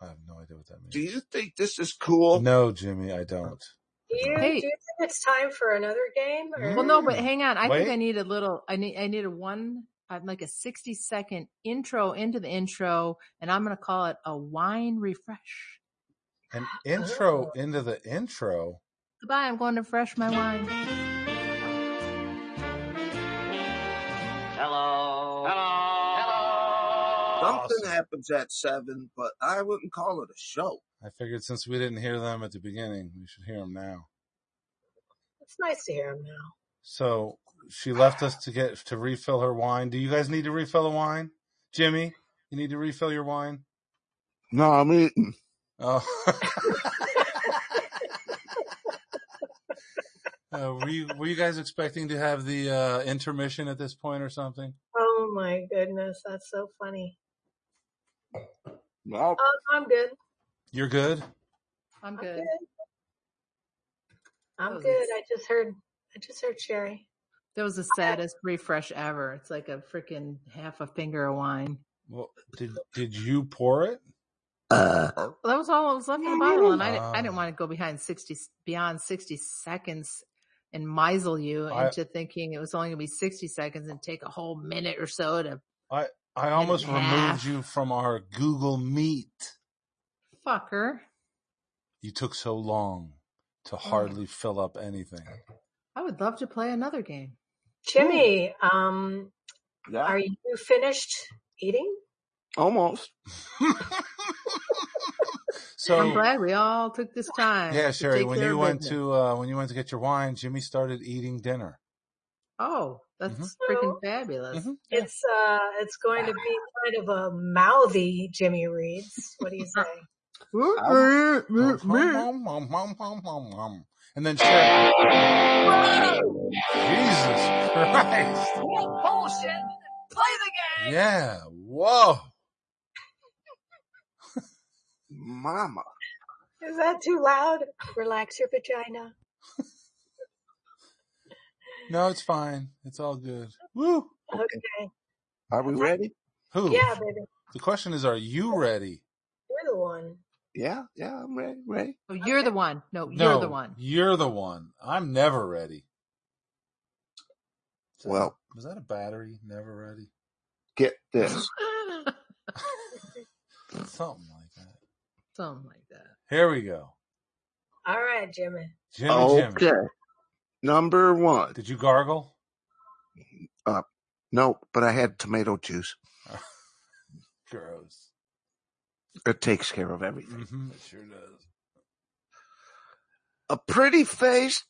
[SPEAKER 3] that
[SPEAKER 2] I have no idea what that
[SPEAKER 1] Do
[SPEAKER 2] means.
[SPEAKER 1] you think this is cool?
[SPEAKER 2] No, Jimmy, I don't.
[SPEAKER 4] Do
[SPEAKER 2] I
[SPEAKER 4] you
[SPEAKER 2] don't.
[SPEAKER 3] means.
[SPEAKER 4] do
[SPEAKER 3] Hey,
[SPEAKER 4] you think it's time for another game
[SPEAKER 3] well,
[SPEAKER 4] or
[SPEAKER 3] no, but
[SPEAKER 2] Mm.
[SPEAKER 3] hang on. I think I
[SPEAKER 2] Wait.
[SPEAKER 3] need a little, I need, I need a one, uh, like a 60 second intro into the intro and I'm going to call it a wine refresh.
[SPEAKER 2] An
[SPEAKER 4] oh,
[SPEAKER 2] intro into the intro.
[SPEAKER 3] Goodbye. I'm going to refresh my wine.
[SPEAKER 1] Something
[SPEAKER 2] Awesome.
[SPEAKER 1] happens at seven, but I wouldn't call it a show.
[SPEAKER 2] I figured since we didn't hear them at the beginning, we should hear them now.
[SPEAKER 4] it's nice to hear him now.
[SPEAKER 2] So she left us to get to refill her wine. Do you guys need to refill the wine? Jimmy, you need to refill your wine?
[SPEAKER 1] No, I'm eating.
[SPEAKER 2] Oh. Uh, were you were you guys expecting to have the uh, intermission at this point or something?
[SPEAKER 4] Oh my goodness, that's so funny.
[SPEAKER 1] Well,
[SPEAKER 4] Um, I'm good.
[SPEAKER 2] You're good.
[SPEAKER 3] I'm
[SPEAKER 4] I'm
[SPEAKER 3] good. Oh,
[SPEAKER 4] good. I'm
[SPEAKER 3] Those-
[SPEAKER 4] good. I just heard. I just heard Sherry.
[SPEAKER 3] That was the saddest refresh ever. It's like a freaking half a finger of wine.
[SPEAKER 2] Well, did did you pour it?
[SPEAKER 1] uh,
[SPEAKER 3] That was all that was left in the bottle, and I didn't, I
[SPEAKER 2] Ah.
[SPEAKER 3] didn't want to go behind sixty beyond sixty seconds and misel you
[SPEAKER 2] I-
[SPEAKER 3] into thinking it was only going to be sixty seconds and take a whole minute or so to
[SPEAKER 2] I
[SPEAKER 3] Minute
[SPEAKER 2] almost
[SPEAKER 3] and a
[SPEAKER 2] removed
[SPEAKER 3] half.
[SPEAKER 2] you from our Google Meet.
[SPEAKER 3] fucker.
[SPEAKER 2] You took so long
[SPEAKER 3] Mm.
[SPEAKER 2] to hardly fill up anything.
[SPEAKER 3] I would love to play another game.
[SPEAKER 4] Jimmy, um,
[SPEAKER 1] yeah,
[SPEAKER 4] are you finished eating?
[SPEAKER 1] almost.
[SPEAKER 3] I'm
[SPEAKER 2] so
[SPEAKER 3] glad we all took this time.
[SPEAKER 2] yeah,
[SPEAKER 3] to
[SPEAKER 2] Sherry,
[SPEAKER 3] take
[SPEAKER 2] when
[SPEAKER 3] care
[SPEAKER 2] you
[SPEAKER 3] of
[SPEAKER 2] went
[SPEAKER 3] business.
[SPEAKER 2] to uh, when you went to get your wine, Jimmy started eating dinner.
[SPEAKER 3] Oh, that's
[SPEAKER 2] Mm-hmm.
[SPEAKER 3] freaking
[SPEAKER 4] So
[SPEAKER 3] fabulous.
[SPEAKER 2] hmm Yeah.
[SPEAKER 4] it's uh, it's going to be kind of a mouthy Jimmy reads. What do you say?
[SPEAKER 1] Um,
[SPEAKER 3] Mm,
[SPEAKER 2] Nom, nom, nom, nom, nom, nom, nom, nom. And then Sherry, Jesus Christ!
[SPEAKER 3] Bullshit. Play the game.
[SPEAKER 2] Yeah, whoa!
[SPEAKER 1] Mama,
[SPEAKER 4] Is that too loud? Relax your vagina.
[SPEAKER 2] No, it's fine. It's all good. Woo!
[SPEAKER 1] okay,
[SPEAKER 4] Okay.
[SPEAKER 1] are we ready?
[SPEAKER 2] Who?
[SPEAKER 4] Yeah, baby.
[SPEAKER 2] The question is, are you ready?
[SPEAKER 4] You're the one.
[SPEAKER 1] Yeah, yeah, I'm ready, ready.
[SPEAKER 3] Oh, you're the one. No, you're
[SPEAKER 2] no,
[SPEAKER 3] the one.
[SPEAKER 2] You're the one. I'm never ready. Is that-
[SPEAKER 1] Well,
[SPEAKER 2] was that a battery? Never ready.
[SPEAKER 1] get this.
[SPEAKER 2] Something like that.
[SPEAKER 3] Something like that.
[SPEAKER 2] Here we go.
[SPEAKER 4] All right, Jimmy.
[SPEAKER 2] Jimmy,
[SPEAKER 3] Oh,
[SPEAKER 2] Jimmy,
[SPEAKER 1] Okay, number one.
[SPEAKER 2] did you gargle?
[SPEAKER 1] Nope, but I had tomato juice.
[SPEAKER 2] Gross.
[SPEAKER 1] It takes care of everything.
[SPEAKER 2] hmm It sure does.
[SPEAKER 1] A pretty face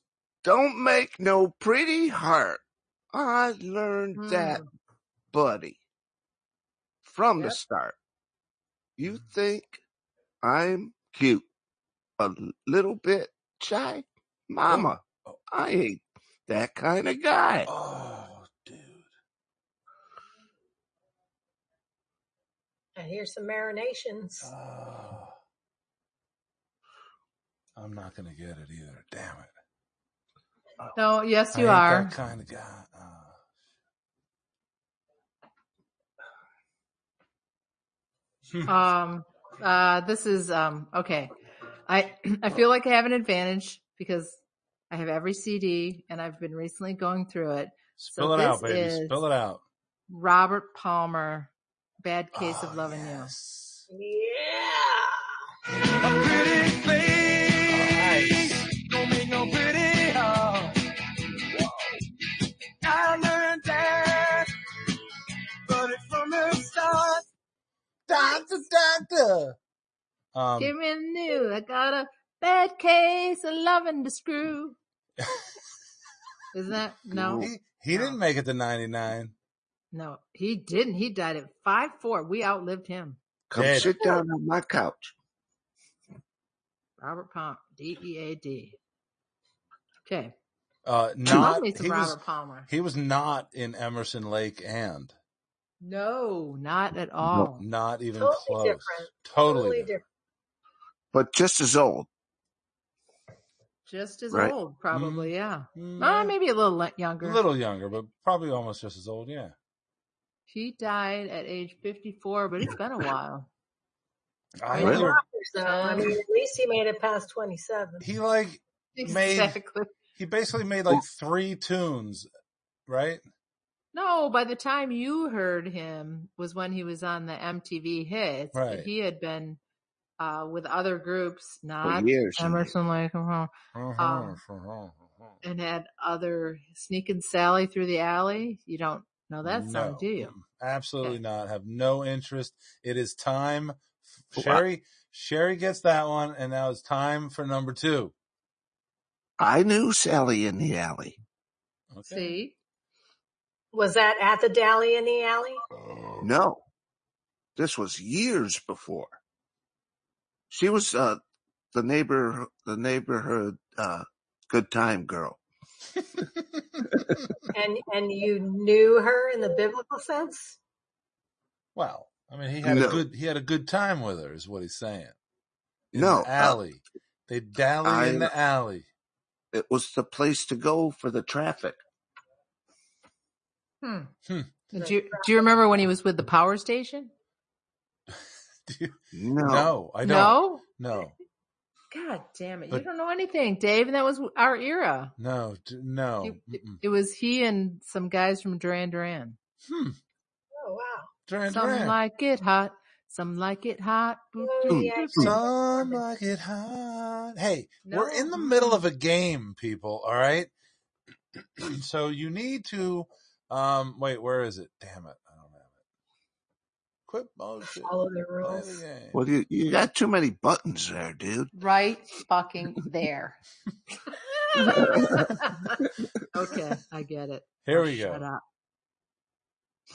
[SPEAKER 1] don't make no pretty heart. I learned that,
[SPEAKER 3] Hmm.
[SPEAKER 1] buddy, from the
[SPEAKER 3] Yep.
[SPEAKER 1] start. You
[SPEAKER 2] Mm.
[SPEAKER 1] think I'm cute, a little bit shy? Mama,
[SPEAKER 2] Oh,
[SPEAKER 1] I ain't that kind of guy.
[SPEAKER 2] oh, dude.
[SPEAKER 4] I hear some marinations.
[SPEAKER 2] Ah. I'm not gonna get it either. Damn it.
[SPEAKER 3] No, yes,
[SPEAKER 2] I
[SPEAKER 3] you
[SPEAKER 2] ain't
[SPEAKER 3] are.
[SPEAKER 2] that kind of guy. Ah. Hmm.
[SPEAKER 3] Um, uh, this is, um, okay. I, I feel like I have an advantage because I have every CD and I've been recently going through it.
[SPEAKER 2] Spill it
[SPEAKER 3] this
[SPEAKER 2] out, baby.
[SPEAKER 3] is-
[SPEAKER 2] Spill it out.
[SPEAKER 3] Robert Palmer, Bad Case
[SPEAKER 2] Oh,
[SPEAKER 3] of Loving
[SPEAKER 2] yes.
[SPEAKER 4] Yeah.
[SPEAKER 2] Nice. Doctor, doctor.
[SPEAKER 3] You. Give
[SPEAKER 2] Um,
[SPEAKER 3] me a new. I got a bad case of loving to screw. Isn't that? No,
[SPEAKER 1] Cool.
[SPEAKER 2] he, he didn't make it to 99.
[SPEAKER 3] no, he didn't. He died at five four. We outlived him.
[SPEAKER 1] Come
[SPEAKER 2] Dead.
[SPEAKER 1] sit down on my couch.
[SPEAKER 3] Robert Palmer, D E A D. Okay.
[SPEAKER 2] Uh,
[SPEAKER 3] Love
[SPEAKER 2] not,
[SPEAKER 3] me some
[SPEAKER 2] he was,
[SPEAKER 3] Robert Palmer.
[SPEAKER 2] he was not in Emerson Lake and
[SPEAKER 3] No, not at
[SPEAKER 1] No.
[SPEAKER 3] all.
[SPEAKER 2] not even
[SPEAKER 4] Totally
[SPEAKER 2] close.
[SPEAKER 4] different.
[SPEAKER 2] Totally
[SPEAKER 4] Totally
[SPEAKER 2] different.
[SPEAKER 4] different.
[SPEAKER 1] But just as old,
[SPEAKER 3] Just as
[SPEAKER 1] right?
[SPEAKER 3] old, probably. Yeah.
[SPEAKER 2] Mm,
[SPEAKER 3] Ah,
[SPEAKER 2] Mm-hmm. yeah.
[SPEAKER 3] maybe a little le-
[SPEAKER 2] A
[SPEAKER 3] younger.
[SPEAKER 2] little younger, but probably almost just as old. Yeah.
[SPEAKER 3] He died at age 54, but it's been a while.
[SPEAKER 2] I
[SPEAKER 3] Right?
[SPEAKER 1] Really?
[SPEAKER 2] only,
[SPEAKER 4] Rockers, though. I mean,
[SPEAKER 3] Um,
[SPEAKER 4] at least he made it past 27.
[SPEAKER 2] he like, made,
[SPEAKER 3] exactly.
[SPEAKER 2] he basically made like
[SPEAKER 1] Well,
[SPEAKER 2] three tunes, right?
[SPEAKER 3] No, by the time you heard him was when he was on the MTV hits, and
[SPEAKER 2] Right.
[SPEAKER 3] he had been uh, with other groups,
[SPEAKER 1] for
[SPEAKER 3] not
[SPEAKER 1] years and years.
[SPEAKER 3] Emerson Lake and Palmer,
[SPEAKER 1] Uh-huh,
[SPEAKER 3] um, and had other sneaking Sally through the alley. You don't know that song,
[SPEAKER 2] No,
[SPEAKER 3] do you?
[SPEAKER 2] Mm-mm. absolutely
[SPEAKER 3] Okay.
[SPEAKER 2] not. Have no interest. It is time.
[SPEAKER 1] Well,
[SPEAKER 2] Sherry, Sherry gets that one, and now it's time for number two.
[SPEAKER 1] I knew Sally in the alley.
[SPEAKER 2] Okay.
[SPEAKER 3] See,
[SPEAKER 4] Was that at the dally in the alley?
[SPEAKER 1] No, this was years before. She was uh, the neighbor, the neighborhood uh, good time girl.
[SPEAKER 4] And and you knew her in the biblical sense?
[SPEAKER 2] Wow. I mean, he had
[SPEAKER 1] No.
[SPEAKER 2] a good he had a good time with her, is what he's saying. In
[SPEAKER 1] No,
[SPEAKER 2] the
[SPEAKER 1] uh,
[SPEAKER 2] alley, they dally in
[SPEAKER 1] I'm-
[SPEAKER 2] the alley.
[SPEAKER 1] It was the place to go for the traffic.
[SPEAKER 3] Hmm.
[SPEAKER 2] Hmm.
[SPEAKER 3] Do you, do you remember when he was with the power station?
[SPEAKER 2] Do you-
[SPEAKER 1] No.
[SPEAKER 2] no, I don't.
[SPEAKER 3] No?
[SPEAKER 2] No,
[SPEAKER 3] God damn it. you
[SPEAKER 2] But-
[SPEAKER 3] don't know anything, Dave. And that was our era.
[SPEAKER 2] no, d- no.
[SPEAKER 3] It,
[SPEAKER 2] Mm-mm.
[SPEAKER 3] it was he and some guys from Duran Duran.
[SPEAKER 2] Hmm.
[SPEAKER 4] Oh wow.
[SPEAKER 2] Duran
[SPEAKER 3] Some
[SPEAKER 2] Duran.
[SPEAKER 3] like it hot. Some like it hot. Boop,
[SPEAKER 4] Oh
[SPEAKER 3] doop,
[SPEAKER 1] Mm,
[SPEAKER 4] yeah.
[SPEAKER 3] doop.
[SPEAKER 1] mm.
[SPEAKER 2] Some like it hot. Hey, we're
[SPEAKER 3] Hmm. No.
[SPEAKER 2] in the middle
[SPEAKER 3] Mm-mm.
[SPEAKER 2] of a game, people. All right. so you need to, um, wait, where is it? Damn it. I don't have it. Quit bullshit. Oh,
[SPEAKER 4] Follow the
[SPEAKER 2] Play the
[SPEAKER 4] rules.
[SPEAKER 2] game.
[SPEAKER 1] Well, you, you got too many buttons there, dude.
[SPEAKER 5] Right fucking there.
[SPEAKER 3] okay, I get it.
[SPEAKER 2] Here
[SPEAKER 3] I'll
[SPEAKER 2] we
[SPEAKER 3] shut
[SPEAKER 2] go.
[SPEAKER 3] up.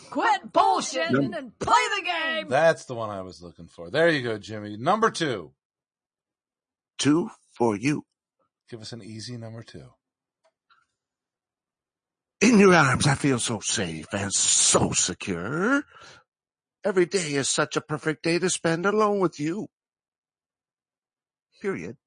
[SPEAKER 5] Quit bullshitting and play the game.
[SPEAKER 2] That's the one I was looking for. There you go, Jimmy. Number two.
[SPEAKER 1] Two for you.
[SPEAKER 2] Give us an easy number two.
[SPEAKER 1] In your arms, I feel so safe and so secure. Every day is such a perfect day to spend alone with you. Period.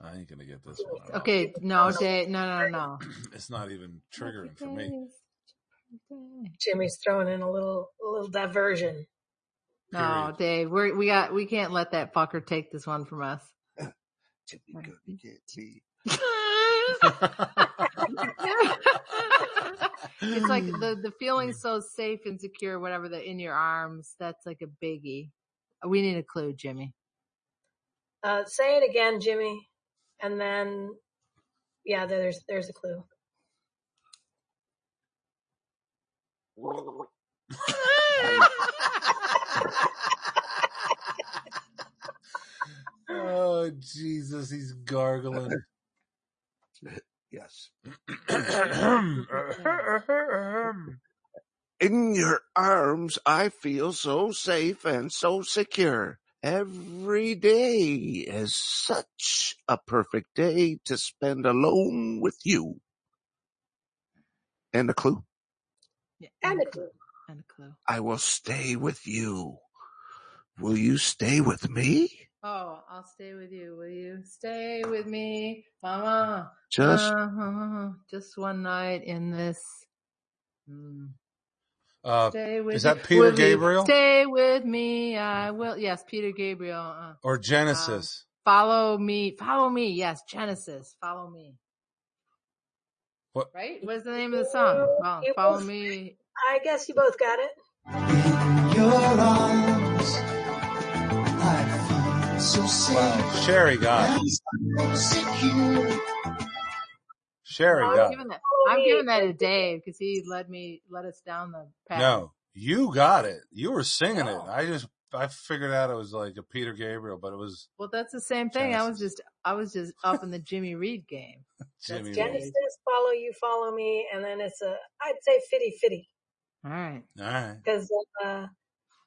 [SPEAKER 2] I ain't going to get this one at all.
[SPEAKER 3] Okay, no, Dave. No, no, no.
[SPEAKER 2] It's not even
[SPEAKER 3] Every
[SPEAKER 2] triggering for me.
[SPEAKER 3] day is such a perfect day.
[SPEAKER 4] Jimmy's throwing in a little a little diversion.
[SPEAKER 3] No,
[SPEAKER 2] Period.
[SPEAKER 3] Dave, we're, we got we can't let that fucker take this one from us.
[SPEAKER 1] Jimmy Good, get me.
[SPEAKER 3] it's like the the feeling so safe and secure, whatever the in your arms. That's like a biggie. We need a clue, Jimmy.
[SPEAKER 4] Uh, say it again, Jimmy, and then yeah, there's there's a clue.
[SPEAKER 2] oh Jesus, he's gargling.
[SPEAKER 1] Yes.
[SPEAKER 2] Period.
[SPEAKER 1] In your arms, I feel so safe and so secure. Every day is such a perfect day to spend alone with you. And the clue.
[SPEAKER 3] Yeah, and
[SPEAKER 4] And
[SPEAKER 3] a
[SPEAKER 4] a
[SPEAKER 3] clue.
[SPEAKER 4] clue.
[SPEAKER 3] And a clue.
[SPEAKER 1] I will stay with you. Will you stay with me?
[SPEAKER 3] Oh, I'll stay with you. Will you stay with me, Mama?
[SPEAKER 1] Just
[SPEAKER 3] Uh, just one night in this. Mm.
[SPEAKER 2] Uh,
[SPEAKER 3] Stay
[SPEAKER 2] is
[SPEAKER 3] with me.
[SPEAKER 2] that Peter
[SPEAKER 3] Will you
[SPEAKER 2] Gabriel
[SPEAKER 3] stay with me? I will. Yes, Peter Gabriel. Uh,
[SPEAKER 2] or
[SPEAKER 3] um,
[SPEAKER 2] Genesis?
[SPEAKER 3] follow me. Follow me. Yes, Genesis. Follow me.
[SPEAKER 2] What?
[SPEAKER 3] Right? What's the name of the song? Well,
[SPEAKER 4] You
[SPEAKER 3] follow
[SPEAKER 4] both,
[SPEAKER 3] me.
[SPEAKER 4] I guess you both got it.
[SPEAKER 6] Your arms, I feel so
[SPEAKER 3] Um,
[SPEAKER 2] Wow,
[SPEAKER 6] safe
[SPEAKER 2] Sherry got it.
[SPEAKER 6] and so secure.
[SPEAKER 2] Sherry
[SPEAKER 3] I've
[SPEAKER 2] got it.
[SPEAKER 3] given that.
[SPEAKER 4] Follow
[SPEAKER 3] I've
[SPEAKER 4] me.
[SPEAKER 3] given that to Dave because he led me, led us down the path.
[SPEAKER 2] No, you got it. You were singing it.
[SPEAKER 3] No.
[SPEAKER 2] I just I figured out it was like a Peter Gabriel, but it was
[SPEAKER 3] Well, that's the same thing. I was
[SPEAKER 2] Genesis.
[SPEAKER 3] just, I was just up in the Jimmy Reed game. That's
[SPEAKER 2] Jimmy Reed.
[SPEAKER 3] Jimmy.
[SPEAKER 4] Genesis, follow you, follow me, and then it's a I'd say fitty fitty
[SPEAKER 3] All right.
[SPEAKER 2] All right.
[SPEAKER 4] because uh,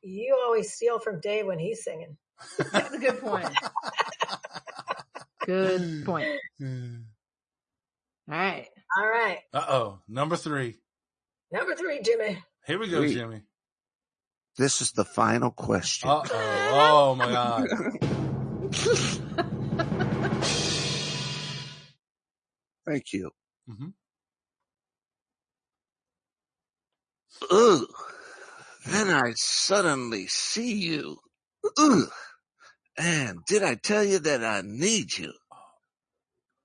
[SPEAKER 4] you always steal from Dave when he's singing.
[SPEAKER 3] That's a good point. Good
[SPEAKER 2] Hmm.
[SPEAKER 3] point. All right.
[SPEAKER 4] All right,
[SPEAKER 2] Uh oh. Number three.
[SPEAKER 4] number three, Jimmy.
[SPEAKER 2] Here we go,
[SPEAKER 1] three.
[SPEAKER 2] Jimmy.
[SPEAKER 1] This is the final question.
[SPEAKER 2] Uh oh. Oh my God.
[SPEAKER 1] Thank you.
[SPEAKER 2] hmm
[SPEAKER 1] Ugh. Then I suddenly see you. Ugh. And did I tell you that I need you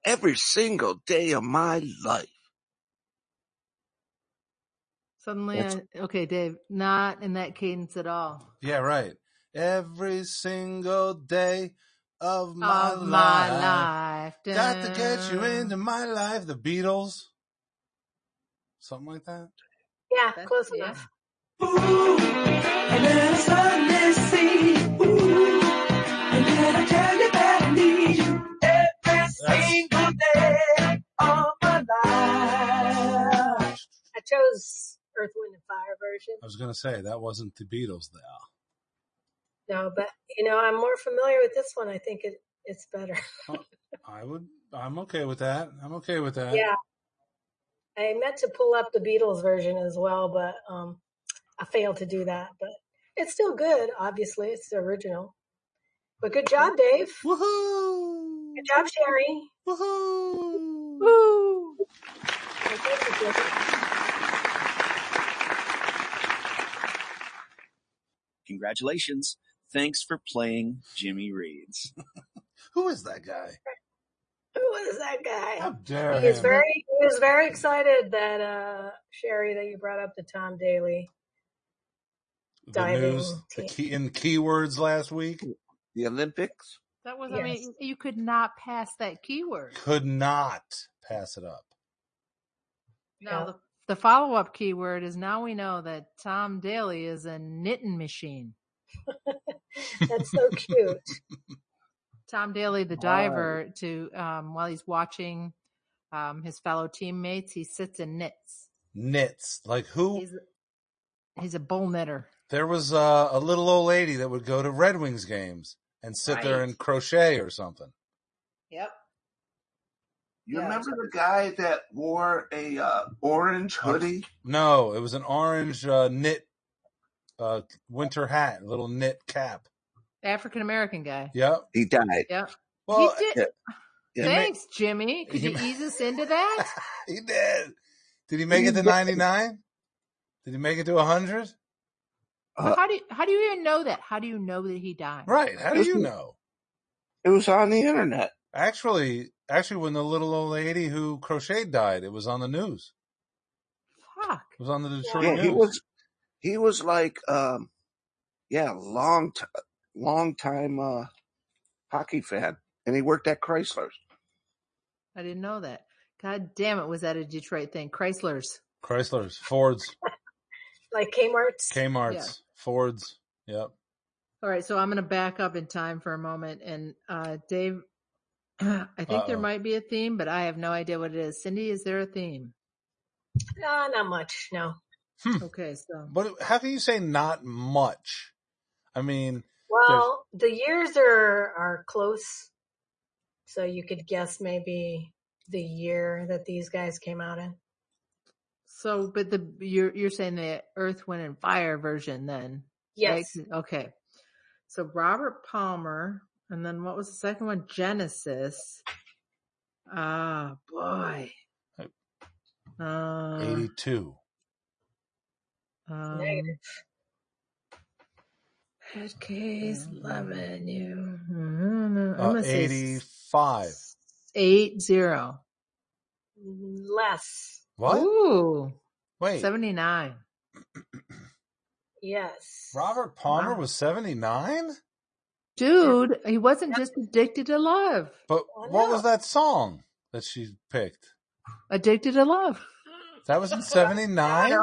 [SPEAKER 1] every single day of my life?
[SPEAKER 3] Suddenly,
[SPEAKER 1] That's
[SPEAKER 3] I, okay, Dave, not in that cadence at all.
[SPEAKER 2] Yeah, right. Every single day of my
[SPEAKER 3] Of my
[SPEAKER 2] life.
[SPEAKER 3] life.
[SPEAKER 2] Got to get you
[SPEAKER 3] Dun.
[SPEAKER 2] into my life. The Beatles. Something like that.
[SPEAKER 4] Yeah,
[SPEAKER 3] That's,
[SPEAKER 4] close
[SPEAKER 3] yeah.
[SPEAKER 4] enough.
[SPEAKER 6] And then I suddenly see, ooh, and then I tell you that I need you every
[SPEAKER 2] That's.
[SPEAKER 6] single day of my life.
[SPEAKER 4] I chose Earth, Wind, and Fire version.
[SPEAKER 2] I was gonna say that wasn't the Beatles. There.
[SPEAKER 4] No, but you know I'm more familiar with this one. I think it it's better.
[SPEAKER 2] Oh, I would. I'm okay with that. I'm okay with that.
[SPEAKER 4] yeah, I meant to pull up the Beatles version as well, but um, I failed to do that. But it's still good. Obviously, it's the original. But good job, Dave.
[SPEAKER 1] Woohoo!
[SPEAKER 4] Good job, Sherry.
[SPEAKER 1] Woohoo!
[SPEAKER 4] Woo! Well, thank you, Sherry.
[SPEAKER 7] Congratulations. Thanks for playing Jimmy Reeds.
[SPEAKER 2] Who is that guy?
[SPEAKER 4] Who is that
[SPEAKER 2] How
[SPEAKER 4] guy?
[SPEAKER 2] dare
[SPEAKER 4] He is
[SPEAKER 2] him?
[SPEAKER 4] very he is very excited that uh Sherry that you brought up the Tom Daly
[SPEAKER 2] the news,
[SPEAKER 4] diving
[SPEAKER 2] the
[SPEAKER 4] team.
[SPEAKER 2] key in keywords last week
[SPEAKER 3] Mm.
[SPEAKER 1] The Olympics?
[SPEAKER 3] That was, I
[SPEAKER 4] Yes.
[SPEAKER 3] mean, you could not pass that keyword.
[SPEAKER 2] could not pass it up.
[SPEAKER 3] Now,
[SPEAKER 4] Yeah.
[SPEAKER 3] the, the follow up keyword is now we know that Tom Daly is a knitting machine.
[SPEAKER 4] That's so cute.
[SPEAKER 3] Tom Daly, the diver, to um, while he's watching um, his fellow teammates, he sits and knits.
[SPEAKER 2] Knits. Like who?
[SPEAKER 3] He's he's a bull knitter,
[SPEAKER 2] There was uh, a little old lady that would go to Red Wings games and sit there
[SPEAKER 3] right?
[SPEAKER 2] and crochet or something.
[SPEAKER 3] Yep.
[SPEAKER 1] You
[SPEAKER 3] Yeah.
[SPEAKER 1] remember the guy that wore a uh, orange
[SPEAKER 2] Um,
[SPEAKER 1] hoodie?
[SPEAKER 2] no, it was an orange uh, knit uh, winter hat, little knit cap.
[SPEAKER 3] African American guy.
[SPEAKER 2] Yep.
[SPEAKER 1] He died.
[SPEAKER 3] Yep. He
[SPEAKER 2] Well,
[SPEAKER 3] did.
[SPEAKER 1] Yeah, yeah.
[SPEAKER 2] he made
[SPEAKER 3] Thanks, Jimmy. Could
[SPEAKER 2] he
[SPEAKER 3] you
[SPEAKER 2] ma-
[SPEAKER 3] ease us into that?
[SPEAKER 2] he did. Did he make
[SPEAKER 1] He
[SPEAKER 2] it to
[SPEAKER 1] did.
[SPEAKER 2] ninety nine? Did he make it to hundred?
[SPEAKER 3] But
[SPEAKER 1] Uh,
[SPEAKER 3] how do you, how do you even know that? How do you know that he died?
[SPEAKER 2] Right. How
[SPEAKER 1] it,
[SPEAKER 2] do
[SPEAKER 1] was,
[SPEAKER 2] you know?
[SPEAKER 1] it was on the internet.
[SPEAKER 2] Actually, actually, when the little old lady who crocheted died, it was on the news.
[SPEAKER 3] Fuck.
[SPEAKER 2] It was on the Detroit
[SPEAKER 1] Yeah,
[SPEAKER 4] Wow.
[SPEAKER 1] he
[SPEAKER 2] news.
[SPEAKER 1] was he was like um yeah, long t- long time uh hockey fan and he worked at Chrysler's.
[SPEAKER 3] I didn't know that. God damn it, was that a Detroit thing? Chrysler's.
[SPEAKER 2] Chrysler's, Ford's,
[SPEAKER 4] Like Kmart's.
[SPEAKER 3] Yeah.
[SPEAKER 2] Kmart's, Ford's. Yep.
[SPEAKER 3] All right, so I'm going to back up in time for a moment. And uh, Dave, I
[SPEAKER 2] Uh
[SPEAKER 3] think there
[SPEAKER 2] oh.
[SPEAKER 3] might be a theme, but I have no idea what it is. Cindy, is there a theme?
[SPEAKER 4] No, not much. No.
[SPEAKER 2] Hmm.
[SPEAKER 3] Okay, so
[SPEAKER 2] But how can you say not much? I mean, there's
[SPEAKER 4] Well, the years are are close, so you could guess maybe the year that these guys came out in.
[SPEAKER 3] so but the you're you're saying the Earth, Wind, and Fire version then, right?
[SPEAKER 4] Yes.
[SPEAKER 3] Okay, so Robert Palmer, and then what was the second one? Genesis. Ah, boy. Uh,
[SPEAKER 2] eighty-two.
[SPEAKER 3] um,
[SPEAKER 4] Negative.
[SPEAKER 3] Red case
[SPEAKER 4] Mm-hmm.
[SPEAKER 3] loving you. I'm
[SPEAKER 2] Uh,
[SPEAKER 3] gonna say
[SPEAKER 2] eighty-five.
[SPEAKER 3] s- Mm-hmm. eight zero.
[SPEAKER 4] Less.
[SPEAKER 2] What?
[SPEAKER 3] Ooh,
[SPEAKER 2] Wait.
[SPEAKER 3] seventy nine.
[SPEAKER 4] Yes.
[SPEAKER 2] Robert Palmer
[SPEAKER 3] Wow,
[SPEAKER 2] was seventy-nine.
[SPEAKER 3] dude, he wasn't just addicted to love.
[SPEAKER 2] But
[SPEAKER 4] I
[SPEAKER 2] what
[SPEAKER 4] know.
[SPEAKER 2] was that song that she picked?
[SPEAKER 3] Addicted to love.
[SPEAKER 2] That was in
[SPEAKER 3] No,
[SPEAKER 2] seventy-nine.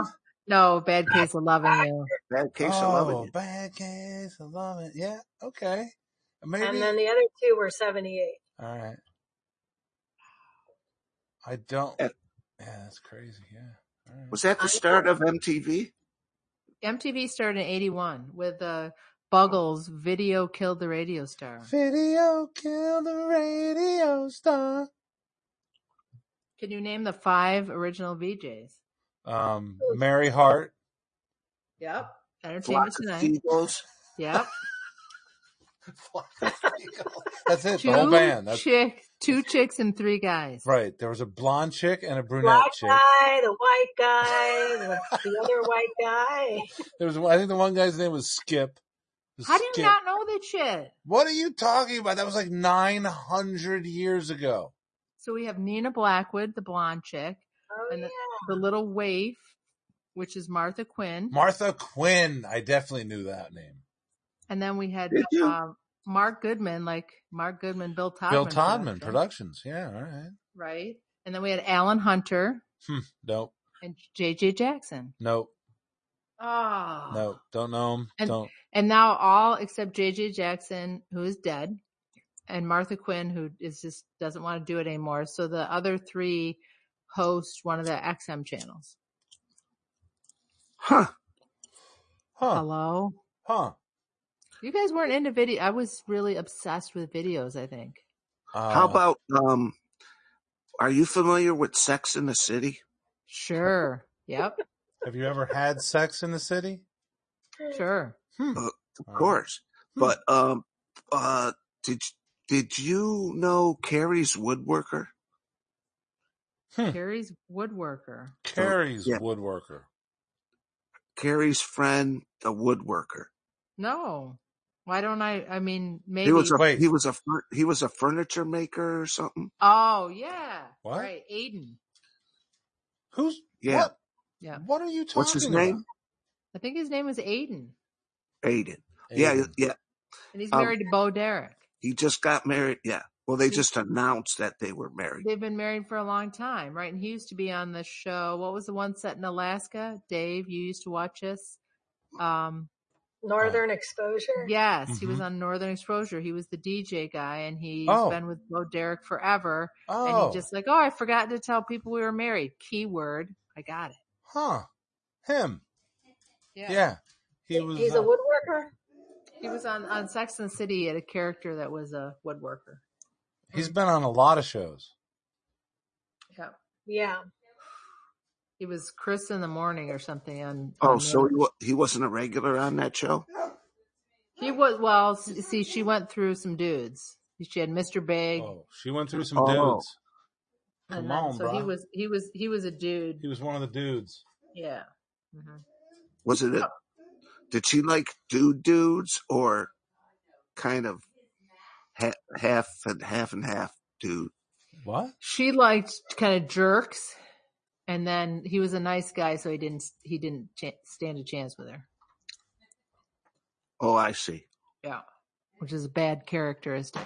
[SPEAKER 3] no, bad case of loving you.
[SPEAKER 1] Bad case of loving
[SPEAKER 2] Oh,
[SPEAKER 1] you.
[SPEAKER 2] bad case. I love it. Yeah. Okay.
[SPEAKER 4] And
[SPEAKER 2] Maybe.
[SPEAKER 4] then the other two were 78.
[SPEAKER 2] All right. I don't.
[SPEAKER 1] Yeah.
[SPEAKER 2] Yeah, that's crazy. Yeah. All right.
[SPEAKER 1] Was that
[SPEAKER 4] I
[SPEAKER 1] the start of MTV?
[SPEAKER 3] MTV started in eighty one with uh, Buggles. Video killed the radio star.
[SPEAKER 2] Video killed the radio star.
[SPEAKER 3] Can you name the five original VJs?
[SPEAKER 2] Um,
[SPEAKER 4] know.
[SPEAKER 2] Mary Hart.
[SPEAKER 3] Yep.
[SPEAKER 1] Flock
[SPEAKER 3] Entertainment
[SPEAKER 1] of
[SPEAKER 3] Tonight.
[SPEAKER 1] Seagulls.
[SPEAKER 3] Yep.
[SPEAKER 2] Flock of Seagulls. that's it. The whole
[SPEAKER 3] Two
[SPEAKER 2] band. That's
[SPEAKER 3] chick, two chicks and three guys.
[SPEAKER 2] right. There was a blonde chick and a brunette
[SPEAKER 4] Black
[SPEAKER 2] chick.
[SPEAKER 4] guy, the white guy, the, the other white guy.
[SPEAKER 2] There was. one- I think the one guy's name was Skip.
[SPEAKER 3] How do you
[SPEAKER 2] Skip.
[SPEAKER 3] not know that shit?
[SPEAKER 2] What are you talking about? That was like nine hundred years ago.
[SPEAKER 3] So we have Nina Blackwood, the blonde chick,
[SPEAKER 4] Oh
[SPEAKER 3] and the,
[SPEAKER 4] yeah.
[SPEAKER 3] the little waif, which is Martha Quinn.
[SPEAKER 2] Martha Quinn. I definitely knew that name.
[SPEAKER 3] And then we had
[SPEAKER 1] Did you?
[SPEAKER 3] uh, Mark Goodman, like Mark Goodman, Bill
[SPEAKER 2] Bill
[SPEAKER 3] Todman
[SPEAKER 2] Todman
[SPEAKER 3] production,
[SPEAKER 2] Productions. Yeah, all right.
[SPEAKER 3] right? And then we had Alan Hunter
[SPEAKER 2] Hmm. Nope,
[SPEAKER 3] and JJ Jackson.
[SPEAKER 2] nope,
[SPEAKER 3] Oh.
[SPEAKER 2] nope. Don't know him.
[SPEAKER 3] And
[SPEAKER 2] Don't.
[SPEAKER 3] and now all except JJ Jackson, who is dead, and Martha Quinn, who is just doesn't want to do it anymore. So the other three host one of the XM channels.
[SPEAKER 1] Huh.
[SPEAKER 2] Huh?
[SPEAKER 3] Hello.
[SPEAKER 2] Huh?
[SPEAKER 3] You guys weren't into video. I was really obsessed with videos, I think.
[SPEAKER 1] How
[SPEAKER 2] Uh,
[SPEAKER 1] about um are you familiar with Sex in the City?
[SPEAKER 3] Sure. Yep.
[SPEAKER 2] Have you ever had sex in the city? Uh,
[SPEAKER 3] Sure.
[SPEAKER 2] Oh.
[SPEAKER 1] Of course. But um, uh, did did you know Carrie's woodworker?
[SPEAKER 3] Carrie's woodworker.
[SPEAKER 2] Carrie's
[SPEAKER 1] Yeah.
[SPEAKER 2] woodworker.
[SPEAKER 1] Carrie's friend, the woodworker.
[SPEAKER 3] No. Why don't I? I mean, maybe.
[SPEAKER 1] He was a
[SPEAKER 2] Wait.
[SPEAKER 1] he was a fur- he was a furniture maker or something.
[SPEAKER 3] oh, yeah.
[SPEAKER 2] What?
[SPEAKER 3] Right. Aiden.
[SPEAKER 2] Who's
[SPEAKER 1] Yeah.
[SPEAKER 2] What?
[SPEAKER 3] Yeah.
[SPEAKER 2] What are you talking
[SPEAKER 1] What's his
[SPEAKER 2] about?
[SPEAKER 1] name?
[SPEAKER 3] I think his name was Aiden.
[SPEAKER 1] Aiden. Yeah,
[SPEAKER 2] Aiden.
[SPEAKER 1] yeah.
[SPEAKER 3] And he's
[SPEAKER 1] Um,
[SPEAKER 3] married to Bo Derek.
[SPEAKER 1] He just got married. Yeah. Well, they
[SPEAKER 3] He-
[SPEAKER 1] just announced that they were married.
[SPEAKER 3] They've been married for a long time, right? And he used to be on the show. What was the one set in Alaska? Dave, you used to watch us. Um,
[SPEAKER 4] Northern exposure.
[SPEAKER 3] yes, he was
[SPEAKER 2] Mhm.
[SPEAKER 3] on Northern Exposure. He was the DJ guy, and he's
[SPEAKER 2] Oh.
[SPEAKER 3] been with Bo Derek forever. And
[SPEAKER 2] Oh.
[SPEAKER 3] he just like, oh, I forgot to tell people we were married. Keyword, I got it.
[SPEAKER 2] Huh. Him. Yeah. He was.
[SPEAKER 4] He's a
[SPEAKER 2] uh,
[SPEAKER 4] woodworker.
[SPEAKER 3] He was on on Sex and the City at a character that was a woodworker.
[SPEAKER 2] he's been on a lot of shows.
[SPEAKER 3] Yeah,
[SPEAKER 4] Yeah.
[SPEAKER 3] he was Chris in the morning or something. On,
[SPEAKER 1] Oh,
[SPEAKER 3] on the
[SPEAKER 1] so
[SPEAKER 3] other-
[SPEAKER 1] he, wa- he wasn't a regular on that show?
[SPEAKER 3] He was well. s- See, she went through some dudes. She had Mr. Big,
[SPEAKER 2] Oh, she went through some
[SPEAKER 1] Oh.
[SPEAKER 2] dudes. Come
[SPEAKER 3] and then
[SPEAKER 2] on,
[SPEAKER 3] so he
[SPEAKER 2] bro.
[SPEAKER 3] was he was he was a dude.
[SPEAKER 2] He was one of the dudes.
[SPEAKER 3] Yeah. Mhm.
[SPEAKER 1] Was it? A, did she like dude dudes or kind of ha- half and half and half dude?
[SPEAKER 2] What?
[SPEAKER 3] She liked kind of jerks, and then he was a nice guy, so he didn't he didn't cha- stand a chance with her.
[SPEAKER 1] Oh, I see.
[SPEAKER 3] Yeah, which is a bad characteristic.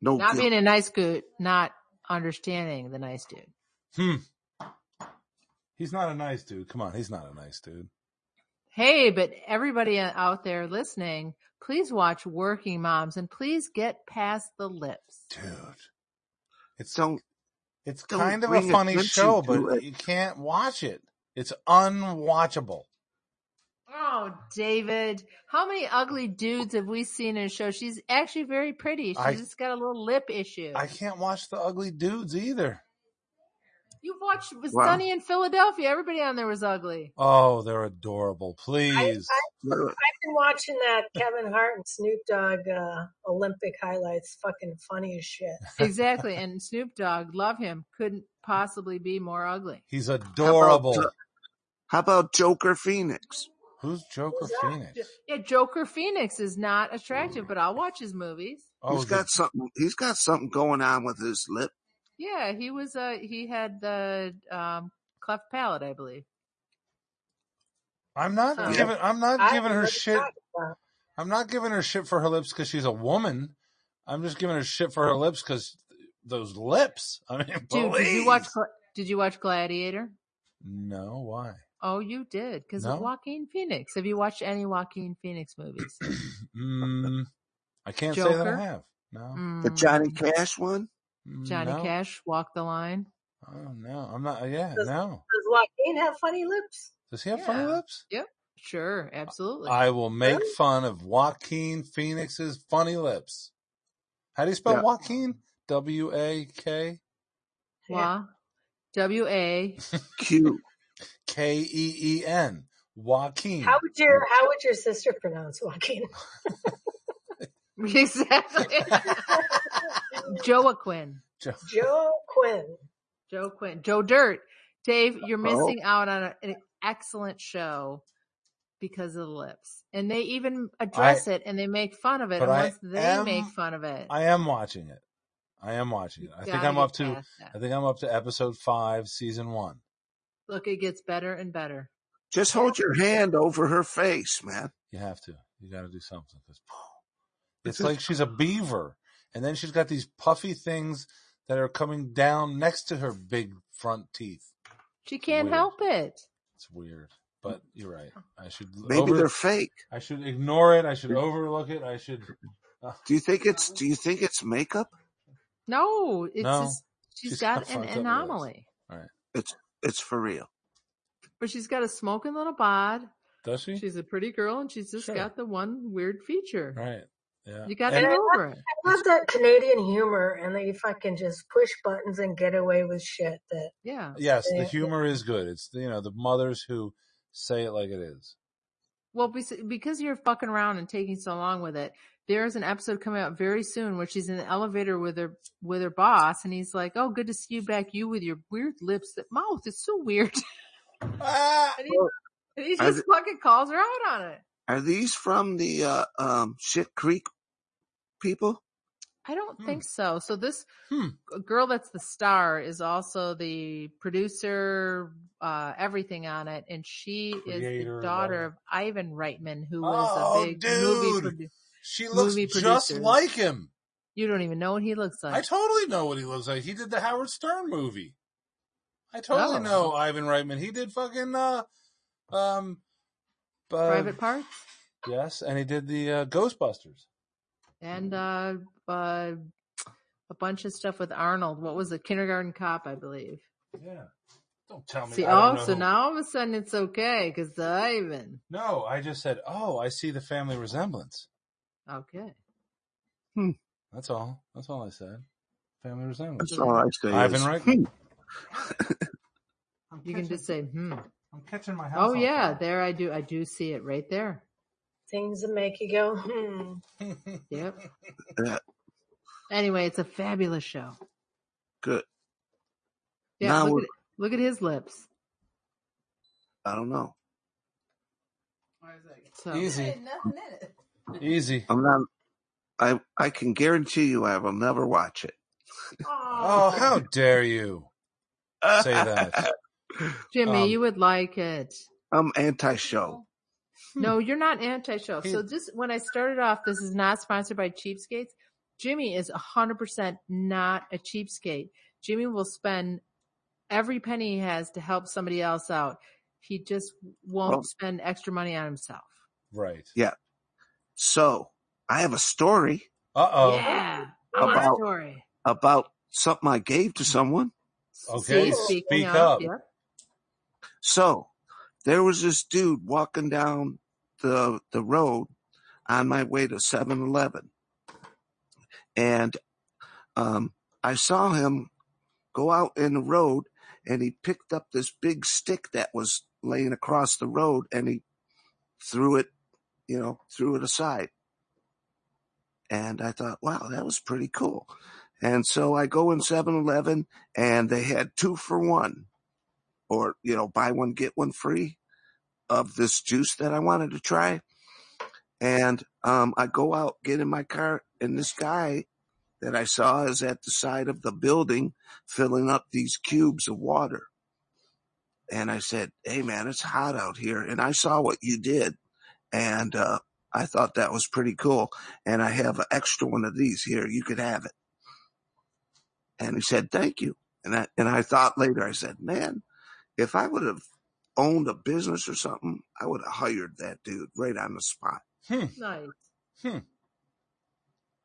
[SPEAKER 1] No
[SPEAKER 2] Oh,
[SPEAKER 3] Not
[SPEAKER 1] guilt.
[SPEAKER 3] being a nice dude, not understanding the nice dude.
[SPEAKER 2] Hmm. He's not a nice dude. Come on, he's not a nice dude.
[SPEAKER 3] Hey, but everybody out there listening, please watch Working Moms and please get past the lips.
[SPEAKER 2] Dude. It's
[SPEAKER 1] Don't
[SPEAKER 2] it's
[SPEAKER 1] don't
[SPEAKER 2] kind of a
[SPEAKER 1] bring
[SPEAKER 2] funny
[SPEAKER 1] attention
[SPEAKER 2] show,
[SPEAKER 1] to
[SPEAKER 2] but
[SPEAKER 1] it.
[SPEAKER 2] you can't watch it. It's unwatchable.
[SPEAKER 3] Oh, David, how many ugly dudes have we seen in a show? She's actually very pretty. She's
[SPEAKER 2] I-
[SPEAKER 3] just got a little lip issue.
[SPEAKER 2] I can't watch the ugly dudes either.
[SPEAKER 3] You've watched with
[SPEAKER 1] Wow.
[SPEAKER 3] Sunny in Philadelphia. Everybody on there was ugly.
[SPEAKER 2] Oh, they're adorable. Please.
[SPEAKER 1] uh,
[SPEAKER 4] I've been watching that Kevin Hart and Snoop Dogg uh, Olympic highlights. Fucking funny as shit.
[SPEAKER 3] Exactly. And Snoop Dogg, love him, couldn't possibly be more ugly.
[SPEAKER 2] He's adorable.
[SPEAKER 1] Jo- How about Joker Phoenix?
[SPEAKER 2] Who's Joker
[SPEAKER 4] Who's that?
[SPEAKER 2] Phoenix?
[SPEAKER 3] Yeah, Joker Phoenix is not attractive, but I'll watch his movies.
[SPEAKER 2] Oh,
[SPEAKER 1] he's
[SPEAKER 2] the-
[SPEAKER 1] got something. He's got something going on with his lip.
[SPEAKER 3] Yeah, he was uh he had the um cleft palate, I believe.
[SPEAKER 2] I'm not
[SPEAKER 4] Yeah.
[SPEAKER 2] giving. I'm not
[SPEAKER 4] I
[SPEAKER 2] giving
[SPEAKER 4] don't know
[SPEAKER 2] her
[SPEAKER 4] what you're
[SPEAKER 2] shit.
[SPEAKER 4] talking about.
[SPEAKER 2] I'm not giving her shit for her lips because she's a woman. I'm just giving her shit for her lips because those lips. I mean,
[SPEAKER 3] Dude,
[SPEAKER 2] please.
[SPEAKER 3] did you watch Gla- did you watch Gladiator?
[SPEAKER 2] No, why?
[SPEAKER 3] Oh, you did because
[SPEAKER 2] No?
[SPEAKER 3] Joaquin Phoenix. Have you watched any Joaquin Phoenix movies?
[SPEAKER 2] Mm, I can't say that
[SPEAKER 3] Joker?
[SPEAKER 2] I have. No,
[SPEAKER 1] The
[SPEAKER 3] Mm,
[SPEAKER 1] Johnny Cash one.
[SPEAKER 2] Mm,
[SPEAKER 3] Johnny
[SPEAKER 2] no.
[SPEAKER 3] Cash, Walk the Line.
[SPEAKER 2] Oh no, I'm not. Yeah,
[SPEAKER 4] Does-
[SPEAKER 2] no.
[SPEAKER 4] Does Joaquin have funny lips?
[SPEAKER 2] Does he have funny
[SPEAKER 3] Yeah.
[SPEAKER 2] lips?
[SPEAKER 3] Sure, absolutely.
[SPEAKER 2] I will make
[SPEAKER 4] Really?
[SPEAKER 2] fun of Joaquin Phoenix's funny lips. How do you spell
[SPEAKER 1] Yeah.
[SPEAKER 2] Joaquin? W A K
[SPEAKER 4] Yeah.
[SPEAKER 3] Wa, W A.
[SPEAKER 1] Q.
[SPEAKER 2] K E E N. Joaquin.
[SPEAKER 4] How would your
[SPEAKER 2] Mm.
[SPEAKER 4] How would your sister pronounce Joaquin?
[SPEAKER 3] Exactly. Joaquin.
[SPEAKER 2] Jo-
[SPEAKER 4] Joe Quinn.
[SPEAKER 3] Joe Quinn. Joe Dirt. Dave, you're
[SPEAKER 1] Oh.
[SPEAKER 3] missing out on a, an excellent show because of the lips. And they even address it and they make fun of it.
[SPEAKER 2] but
[SPEAKER 3] And
[SPEAKER 2] I
[SPEAKER 3] once they
[SPEAKER 2] am-
[SPEAKER 3] make fun of it,
[SPEAKER 2] I am watching it. I am watching it. I think
[SPEAKER 3] gotta
[SPEAKER 2] I'm
[SPEAKER 3] get
[SPEAKER 2] up to.
[SPEAKER 3] past that.
[SPEAKER 2] I think I'm up to episode five, season one.
[SPEAKER 3] Look, it gets better and better.
[SPEAKER 1] Just hold your hand over her face, man.
[SPEAKER 2] You have to. You got to do something 'cause, phew, it's like she's a beaver, and then she's got these puffy things that are coming down next to her big front teeth.
[SPEAKER 3] She can't
[SPEAKER 2] Weird.
[SPEAKER 3] help it.
[SPEAKER 2] It's weird, but you're right. I should
[SPEAKER 1] Maybe
[SPEAKER 2] over.
[SPEAKER 1] they're fake.
[SPEAKER 2] I should ignore it. I should overlook it. I should.
[SPEAKER 1] Do you think it's Do you think it's makeup?
[SPEAKER 3] No, it's
[SPEAKER 2] No.
[SPEAKER 3] just
[SPEAKER 2] She's
[SPEAKER 3] she's
[SPEAKER 2] got
[SPEAKER 3] got, an
[SPEAKER 2] fucked up lips.
[SPEAKER 3] anomaly.
[SPEAKER 1] It's It's for real.
[SPEAKER 3] But she's got a smoking little bod.
[SPEAKER 2] Does she?
[SPEAKER 3] She's a pretty girl and she's just
[SPEAKER 2] Mm-hmm. Sure.
[SPEAKER 3] got the one weird feature.
[SPEAKER 2] Right. Yeah.
[SPEAKER 3] You got to
[SPEAKER 2] And-
[SPEAKER 3] get over it.
[SPEAKER 4] I love that Canadian humor and that you fucking just push buttons and get away with shit that
[SPEAKER 3] Yeah.
[SPEAKER 2] Yes, the
[SPEAKER 4] Yeah.
[SPEAKER 2] humor is good. It's you know the mothers who say it like it is.
[SPEAKER 3] Well, bes- because you're fucking around and taking so long with it, there's an episode coming out very soon where she's in the elevator with her with her boss, and he's like, "Oh, good to see you back, you with your weird lips, that mouth. It's so weird."
[SPEAKER 2] Ah!
[SPEAKER 3] and, he, and he
[SPEAKER 1] I-
[SPEAKER 3] just fucking calls her out on it.
[SPEAKER 1] Are these from the uh, um, Shit Creek people?
[SPEAKER 3] I don't
[SPEAKER 2] Hmm.
[SPEAKER 3] think so. So this
[SPEAKER 2] Hmm.
[SPEAKER 3] g- girl that's the star is also the producer, uh, everything on it, and she is
[SPEAKER 2] Creator
[SPEAKER 3] the
[SPEAKER 2] of
[SPEAKER 3] daughter
[SPEAKER 2] all-
[SPEAKER 3] of Ivan Reitman, who was
[SPEAKER 2] Oh,
[SPEAKER 3] a big
[SPEAKER 2] dude.
[SPEAKER 3] movie producer.
[SPEAKER 2] She looks
[SPEAKER 3] Movie
[SPEAKER 2] just
[SPEAKER 3] producers.
[SPEAKER 2] like him.
[SPEAKER 3] You don't even know what he looks like.
[SPEAKER 2] I totally know what he looks like. He did the Howard Stern movie. I totally
[SPEAKER 3] Oh.
[SPEAKER 2] know Ivan Reitman. He did fucking uh um uh,
[SPEAKER 3] Private Parts
[SPEAKER 2] Yes, and he did the uh, Ghostbusters. hmm.
[SPEAKER 3] and uh, uh, a bunch of stuff with Arnold. What was it? Kindergarten Cop, I believe.
[SPEAKER 2] Yeah. Don't tell me.
[SPEAKER 3] See,
[SPEAKER 2] I don't
[SPEAKER 3] oh,
[SPEAKER 2] know
[SPEAKER 3] so
[SPEAKER 2] who-
[SPEAKER 3] now all of a sudden it's okay because Ivan.
[SPEAKER 2] No, I just said, "Oh, I see the family resemblance."
[SPEAKER 3] Okay.
[SPEAKER 2] That's all. That's all I said. Family resemblance.
[SPEAKER 1] That's all I say.
[SPEAKER 2] Ivan
[SPEAKER 1] is,
[SPEAKER 2] Reitman.
[SPEAKER 3] You can just say, hmm.
[SPEAKER 2] I'm catching my
[SPEAKER 3] Oh yeah, there I do. I do see it right there.
[SPEAKER 4] things that make you go, hmm.
[SPEAKER 3] Yep.
[SPEAKER 1] "Hmm, uh,
[SPEAKER 3] Anyway, it's a fabulous show.
[SPEAKER 1] good.
[SPEAKER 3] Yeah,
[SPEAKER 1] Now
[SPEAKER 3] look
[SPEAKER 1] we're-
[SPEAKER 3] at look at his lips.
[SPEAKER 1] I don't know.
[SPEAKER 3] So
[SPEAKER 2] Easy. Easy.
[SPEAKER 1] I'm not. I I can guarantee you, I will never watch it.
[SPEAKER 2] Oh, how dare you say that?
[SPEAKER 3] Jimmy,
[SPEAKER 2] Um,
[SPEAKER 3] you would like it.
[SPEAKER 1] I'm anti-show.
[SPEAKER 3] No, you're not anti-show.
[SPEAKER 2] hmm. He-
[SPEAKER 3] So this, when I started off, this is not sponsored by cheapskates. Jimmy is 100% not a cheapskate. Jimmy will spend every penny he has to help somebody else out. He just won't
[SPEAKER 1] Well-
[SPEAKER 3] spend extra money on himself.
[SPEAKER 2] Right.
[SPEAKER 1] So I have a story
[SPEAKER 2] Uh oh.
[SPEAKER 3] Yeah. I
[SPEAKER 1] How
[SPEAKER 3] want a
[SPEAKER 1] about-
[SPEAKER 3] story.
[SPEAKER 1] about something I gave to someone.
[SPEAKER 2] Okay,
[SPEAKER 3] See, speaking
[SPEAKER 2] speak
[SPEAKER 3] of,
[SPEAKER 2] up.
[SPEAKER 3] yeah.
[SPEAKER 1] So there was this dude walking down the the road on my way to 7-Eleven, and um, I saw him go out in the road, and he picked up this big stick that was laying across the road, and he threw it, you know, threw it aside. And I thought, wow, that was pretty cool. And so I go in 7-Eleven, and they had two for one, or you know, buy one get one free. of this juice that I wanted to try. And um, I go out, get in my car, and this guy that I saw is at the side of the building filling up these cubes of water. And I said, Hey man, it's hot out here. And I saw what you did. And uh, I thought that was pretty cool. And I have an extra one of these here. You could have it. And he said, Thank you. And I, and I thought later, I said, Man, if I would have owned a business or something, I would have hired that dude right on the spot.
[SPEAKER 2] Hmm.
[SPEAKER 3] Nice.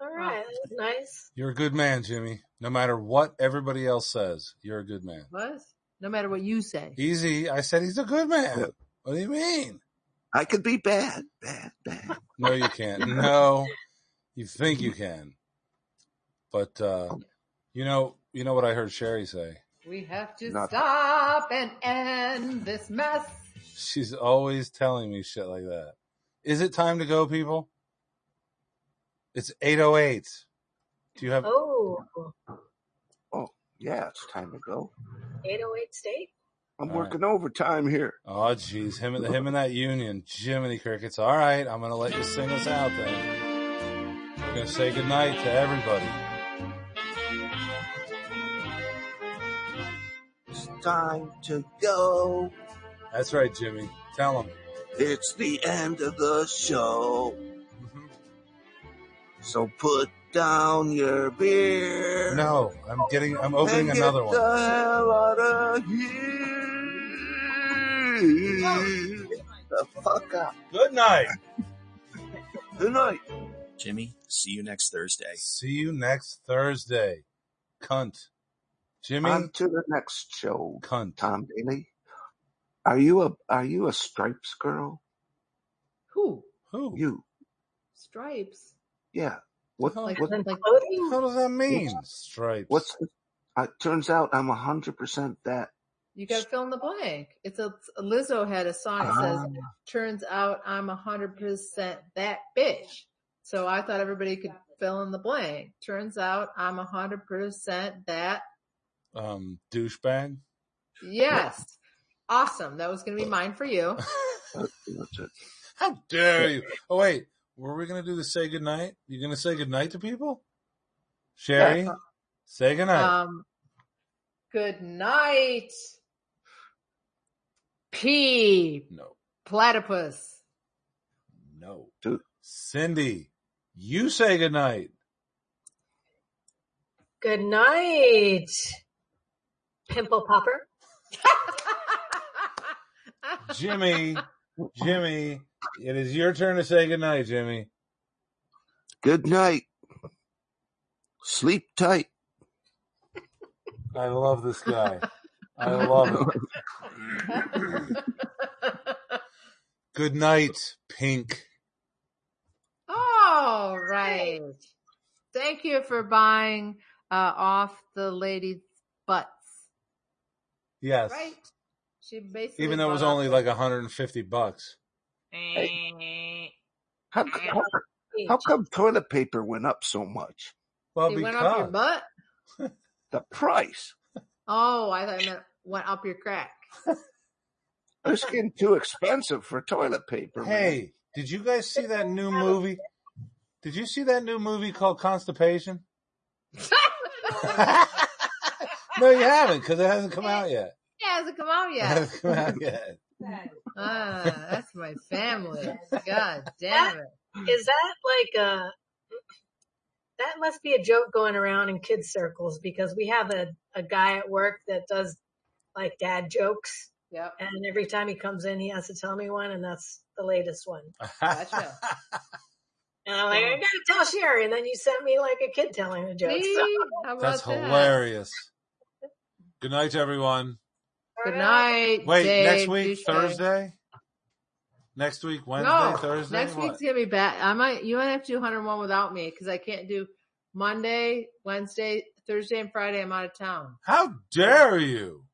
[SPEAKER 4] All right, that was nice.
[SPEAKER 2] You're a good man, Jimmy. No matter what everybody else says, you're a good man.
[SPEAKER 3] What? No matter what you say.
[SPEAKER 2] Easy. I said he's a good man. What do you mean?
[SPEAKER 1] I could be bad, bad, bad.
[SPEAKER 2] No, you can't. No, you think you can, but uh, you know, you know what I heard Sherry say.
[SPEAKER 3] We have to
[SPEAKER 1] Not-
[SPEAKER 3] stop and end this mess.
[SPEAKER 2] She's always telling me shit like that. Is it time to go, people? It's eight oh eight. Do you have?
[SPEAKER 4] Oh,
[SPEAKER 1] Yeah, it's time to go.
[SPEAKER 4] 808 State?
[SPEAKER 1] I'm
[SPEAKER 2] All right.
[SPEAKER 1] working overtime here.
[SPEAKER 2] Oh, jeez, him, and- him and that union, Jiminy Crickets. All right, I'm gonna let you sing us out then. We're gonna say goodnight to everybody.
[SPEAKER 1] It's time to go.
[SPEAKER 2] That's right, Jimmy. Tell him.
[SPEAKER 1] It's the end of the show. So put down your beer.
[SPEAKER 2] No, I'm getting, I'm opening
[SPEAKER 1] and
[SPEAKER 2] another
[SPEAKER 1] get
[SPEAKER 2] one.
[SPEAKER 1] the hell out of here. The fuck up.
[SPEAKER 2] Good night.
[SPEAKER 1] Good night.
[SPEAKER 7] Jimmy, see you next Thursday.
[SPEAKER 2] See you next Thursday. Cunt.
[SPEAKER 1] On
[SPEAKER 2] Jimmy,
[SPEAKER 1] to the next show.
[SPEAKER 2] cunt.
[SPEAKER 1] Tom Daly, are you a are you a stripes girl?
[SPEAKER 3] Who?
[SPEAKER 2] Who?
[SPEAKER 1] You.
[SPEAKER 3] Stripes.
[SPEAKER 1] Yeah. What?
[SPEAKER 2] Huh?
[SPEAKER 3] Like,
[SPEAKER 1] what?
[SPEAKER 4] And
[SPEAKER 3] like,
[SPEAKER 4] clothing?
[SPEAKER 2] The hell does that mean? Stripes.
[SPEAKER 1] What's? It turns out I'm hundred percent that.
[SPEAKER 3] you got to fill in the blank. It's a Lizzo had a song that says,
[SPEAKER 1] Ah,
[SPEAKER 3] "Turns out I'm a hundred percent that bitch." So I thought everybody could fill in the blank. Turns out I'm a hundred percent that.
[SPEAKER 2] um douchebag?
[SPEAKER 3] Yes, awesome. That was going to be mine for you.
[SPEAKER 1] that- that's it.
[SPEAKER 2] How dare you? Oh wait, were we gonna do the say goodnight? You gonna say goodnight to people?
[SPEAKER 1] Yeah.
[SPEAKER 2] Sherry, say goodnight.
[SPEAKER 3] Um, good night, P
[SPEAKER 2] No,
[SPEAKER 3] platypus.
[SPEAKER 2] no.
[SPEAKER 1] Dude,
[SPEAKER 2] Cindy, you say goodnight.
[SPEAKER 4] Good night, pimple popper.
[SPEAKER 2] Jimmy, Jimmy, it is your turn to say goodnight, Jimmy.
[SPEAKER 1] good night. Sleep tight.
[SPEAKER 2] I love this guy. I love it. Good night, Pink.
[SPEAKER 3] All right. Thank you for buying uh, off the lady's butts.
[SPEAKER 2] Yes.
[SPEAKER 3] Right? She basically
[SPEAKER 2] Even though it was
[SPEAKER 3] bought off
[SPEAKER 2] only like 150 bucks.
[SPEAKER 1] How, c- how, how come toilet paper went up so much?
[SPEAKER 2] Well,
[SPEAKER 3] it went up your
[SPEAKER 2] because
[SPEAKER 3] butt.
[SPEAKER 1] The price.
[SPEAKER 3] Oh, I thought it meant went up your crack.
[SPEAKER 1] It's getting too expensive for toilet paper, man.
[SPEAKER 2] Hey, did you guys see that new movie? Did you see that new movie called Constipation? no, you haven't because it hasn't come out yet.
[SPEAKER 3] It hasn't come out
[SPEAKER 2] It
[SPEAKER 3] yet.
[SPEAKER 2] hasn't come out yet.
[SPEAKER 3] Ah, that's my family. God damn it.
[SPEAKER 4] Is that like a that must be a joke going around in kids circles because we have a, a guy at work that does like dad jokes
[SPEAKER 3] Yep.
[SPEAKER 4] and every time he comes in he has to tell me one and that's the latest one.
[SPEAKER 3] Gotcha.
[SPEAKER 4] And I'm like, I gotta tell Sherry and then you sent me like a kid telling a joke. So
[SPEAKER 3] See? How
[SPEAKER 2] That's
[SPEAKER 3] about that?
[SPEAKER 2] hilarious. Good night, everyone.
[SPEAKER 3] Good night,
[SPEAKER 2] Wait, next
[SPEAKER 3] Dave.
[SPEAKER 2] week,
[SPEAKER 3] douchebag.
[SPEAKER 2] Thursday? Next week, Wednesday,
[SPEAKER 3] No,
[SPEAKER 2] Thursday?
[SPEAKER 3] next
[SPEAKER 2] What?
[SPEAKER 3] week's gonna be bad. I might you might have to do 101 without me because I can't do Monday, Wednesday, Thursday, and Friday. I'm out of town.
[SPEAKER 2] How dare you,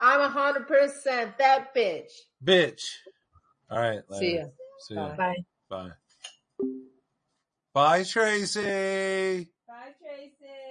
[SPEAKER 3] I'm a hundred percent that bitch.
[SPEAKER 2] bitch? All right, later.
[SPEAKER 3] See ya.
[SPEAKER 2] See ya.
[SPEAKER 3] Bye.
[SPEAKER 4] bye.
[SPEAKER 2] Bye. Bye, Tracy.
[SPEAKER 5] Bye, Tracy.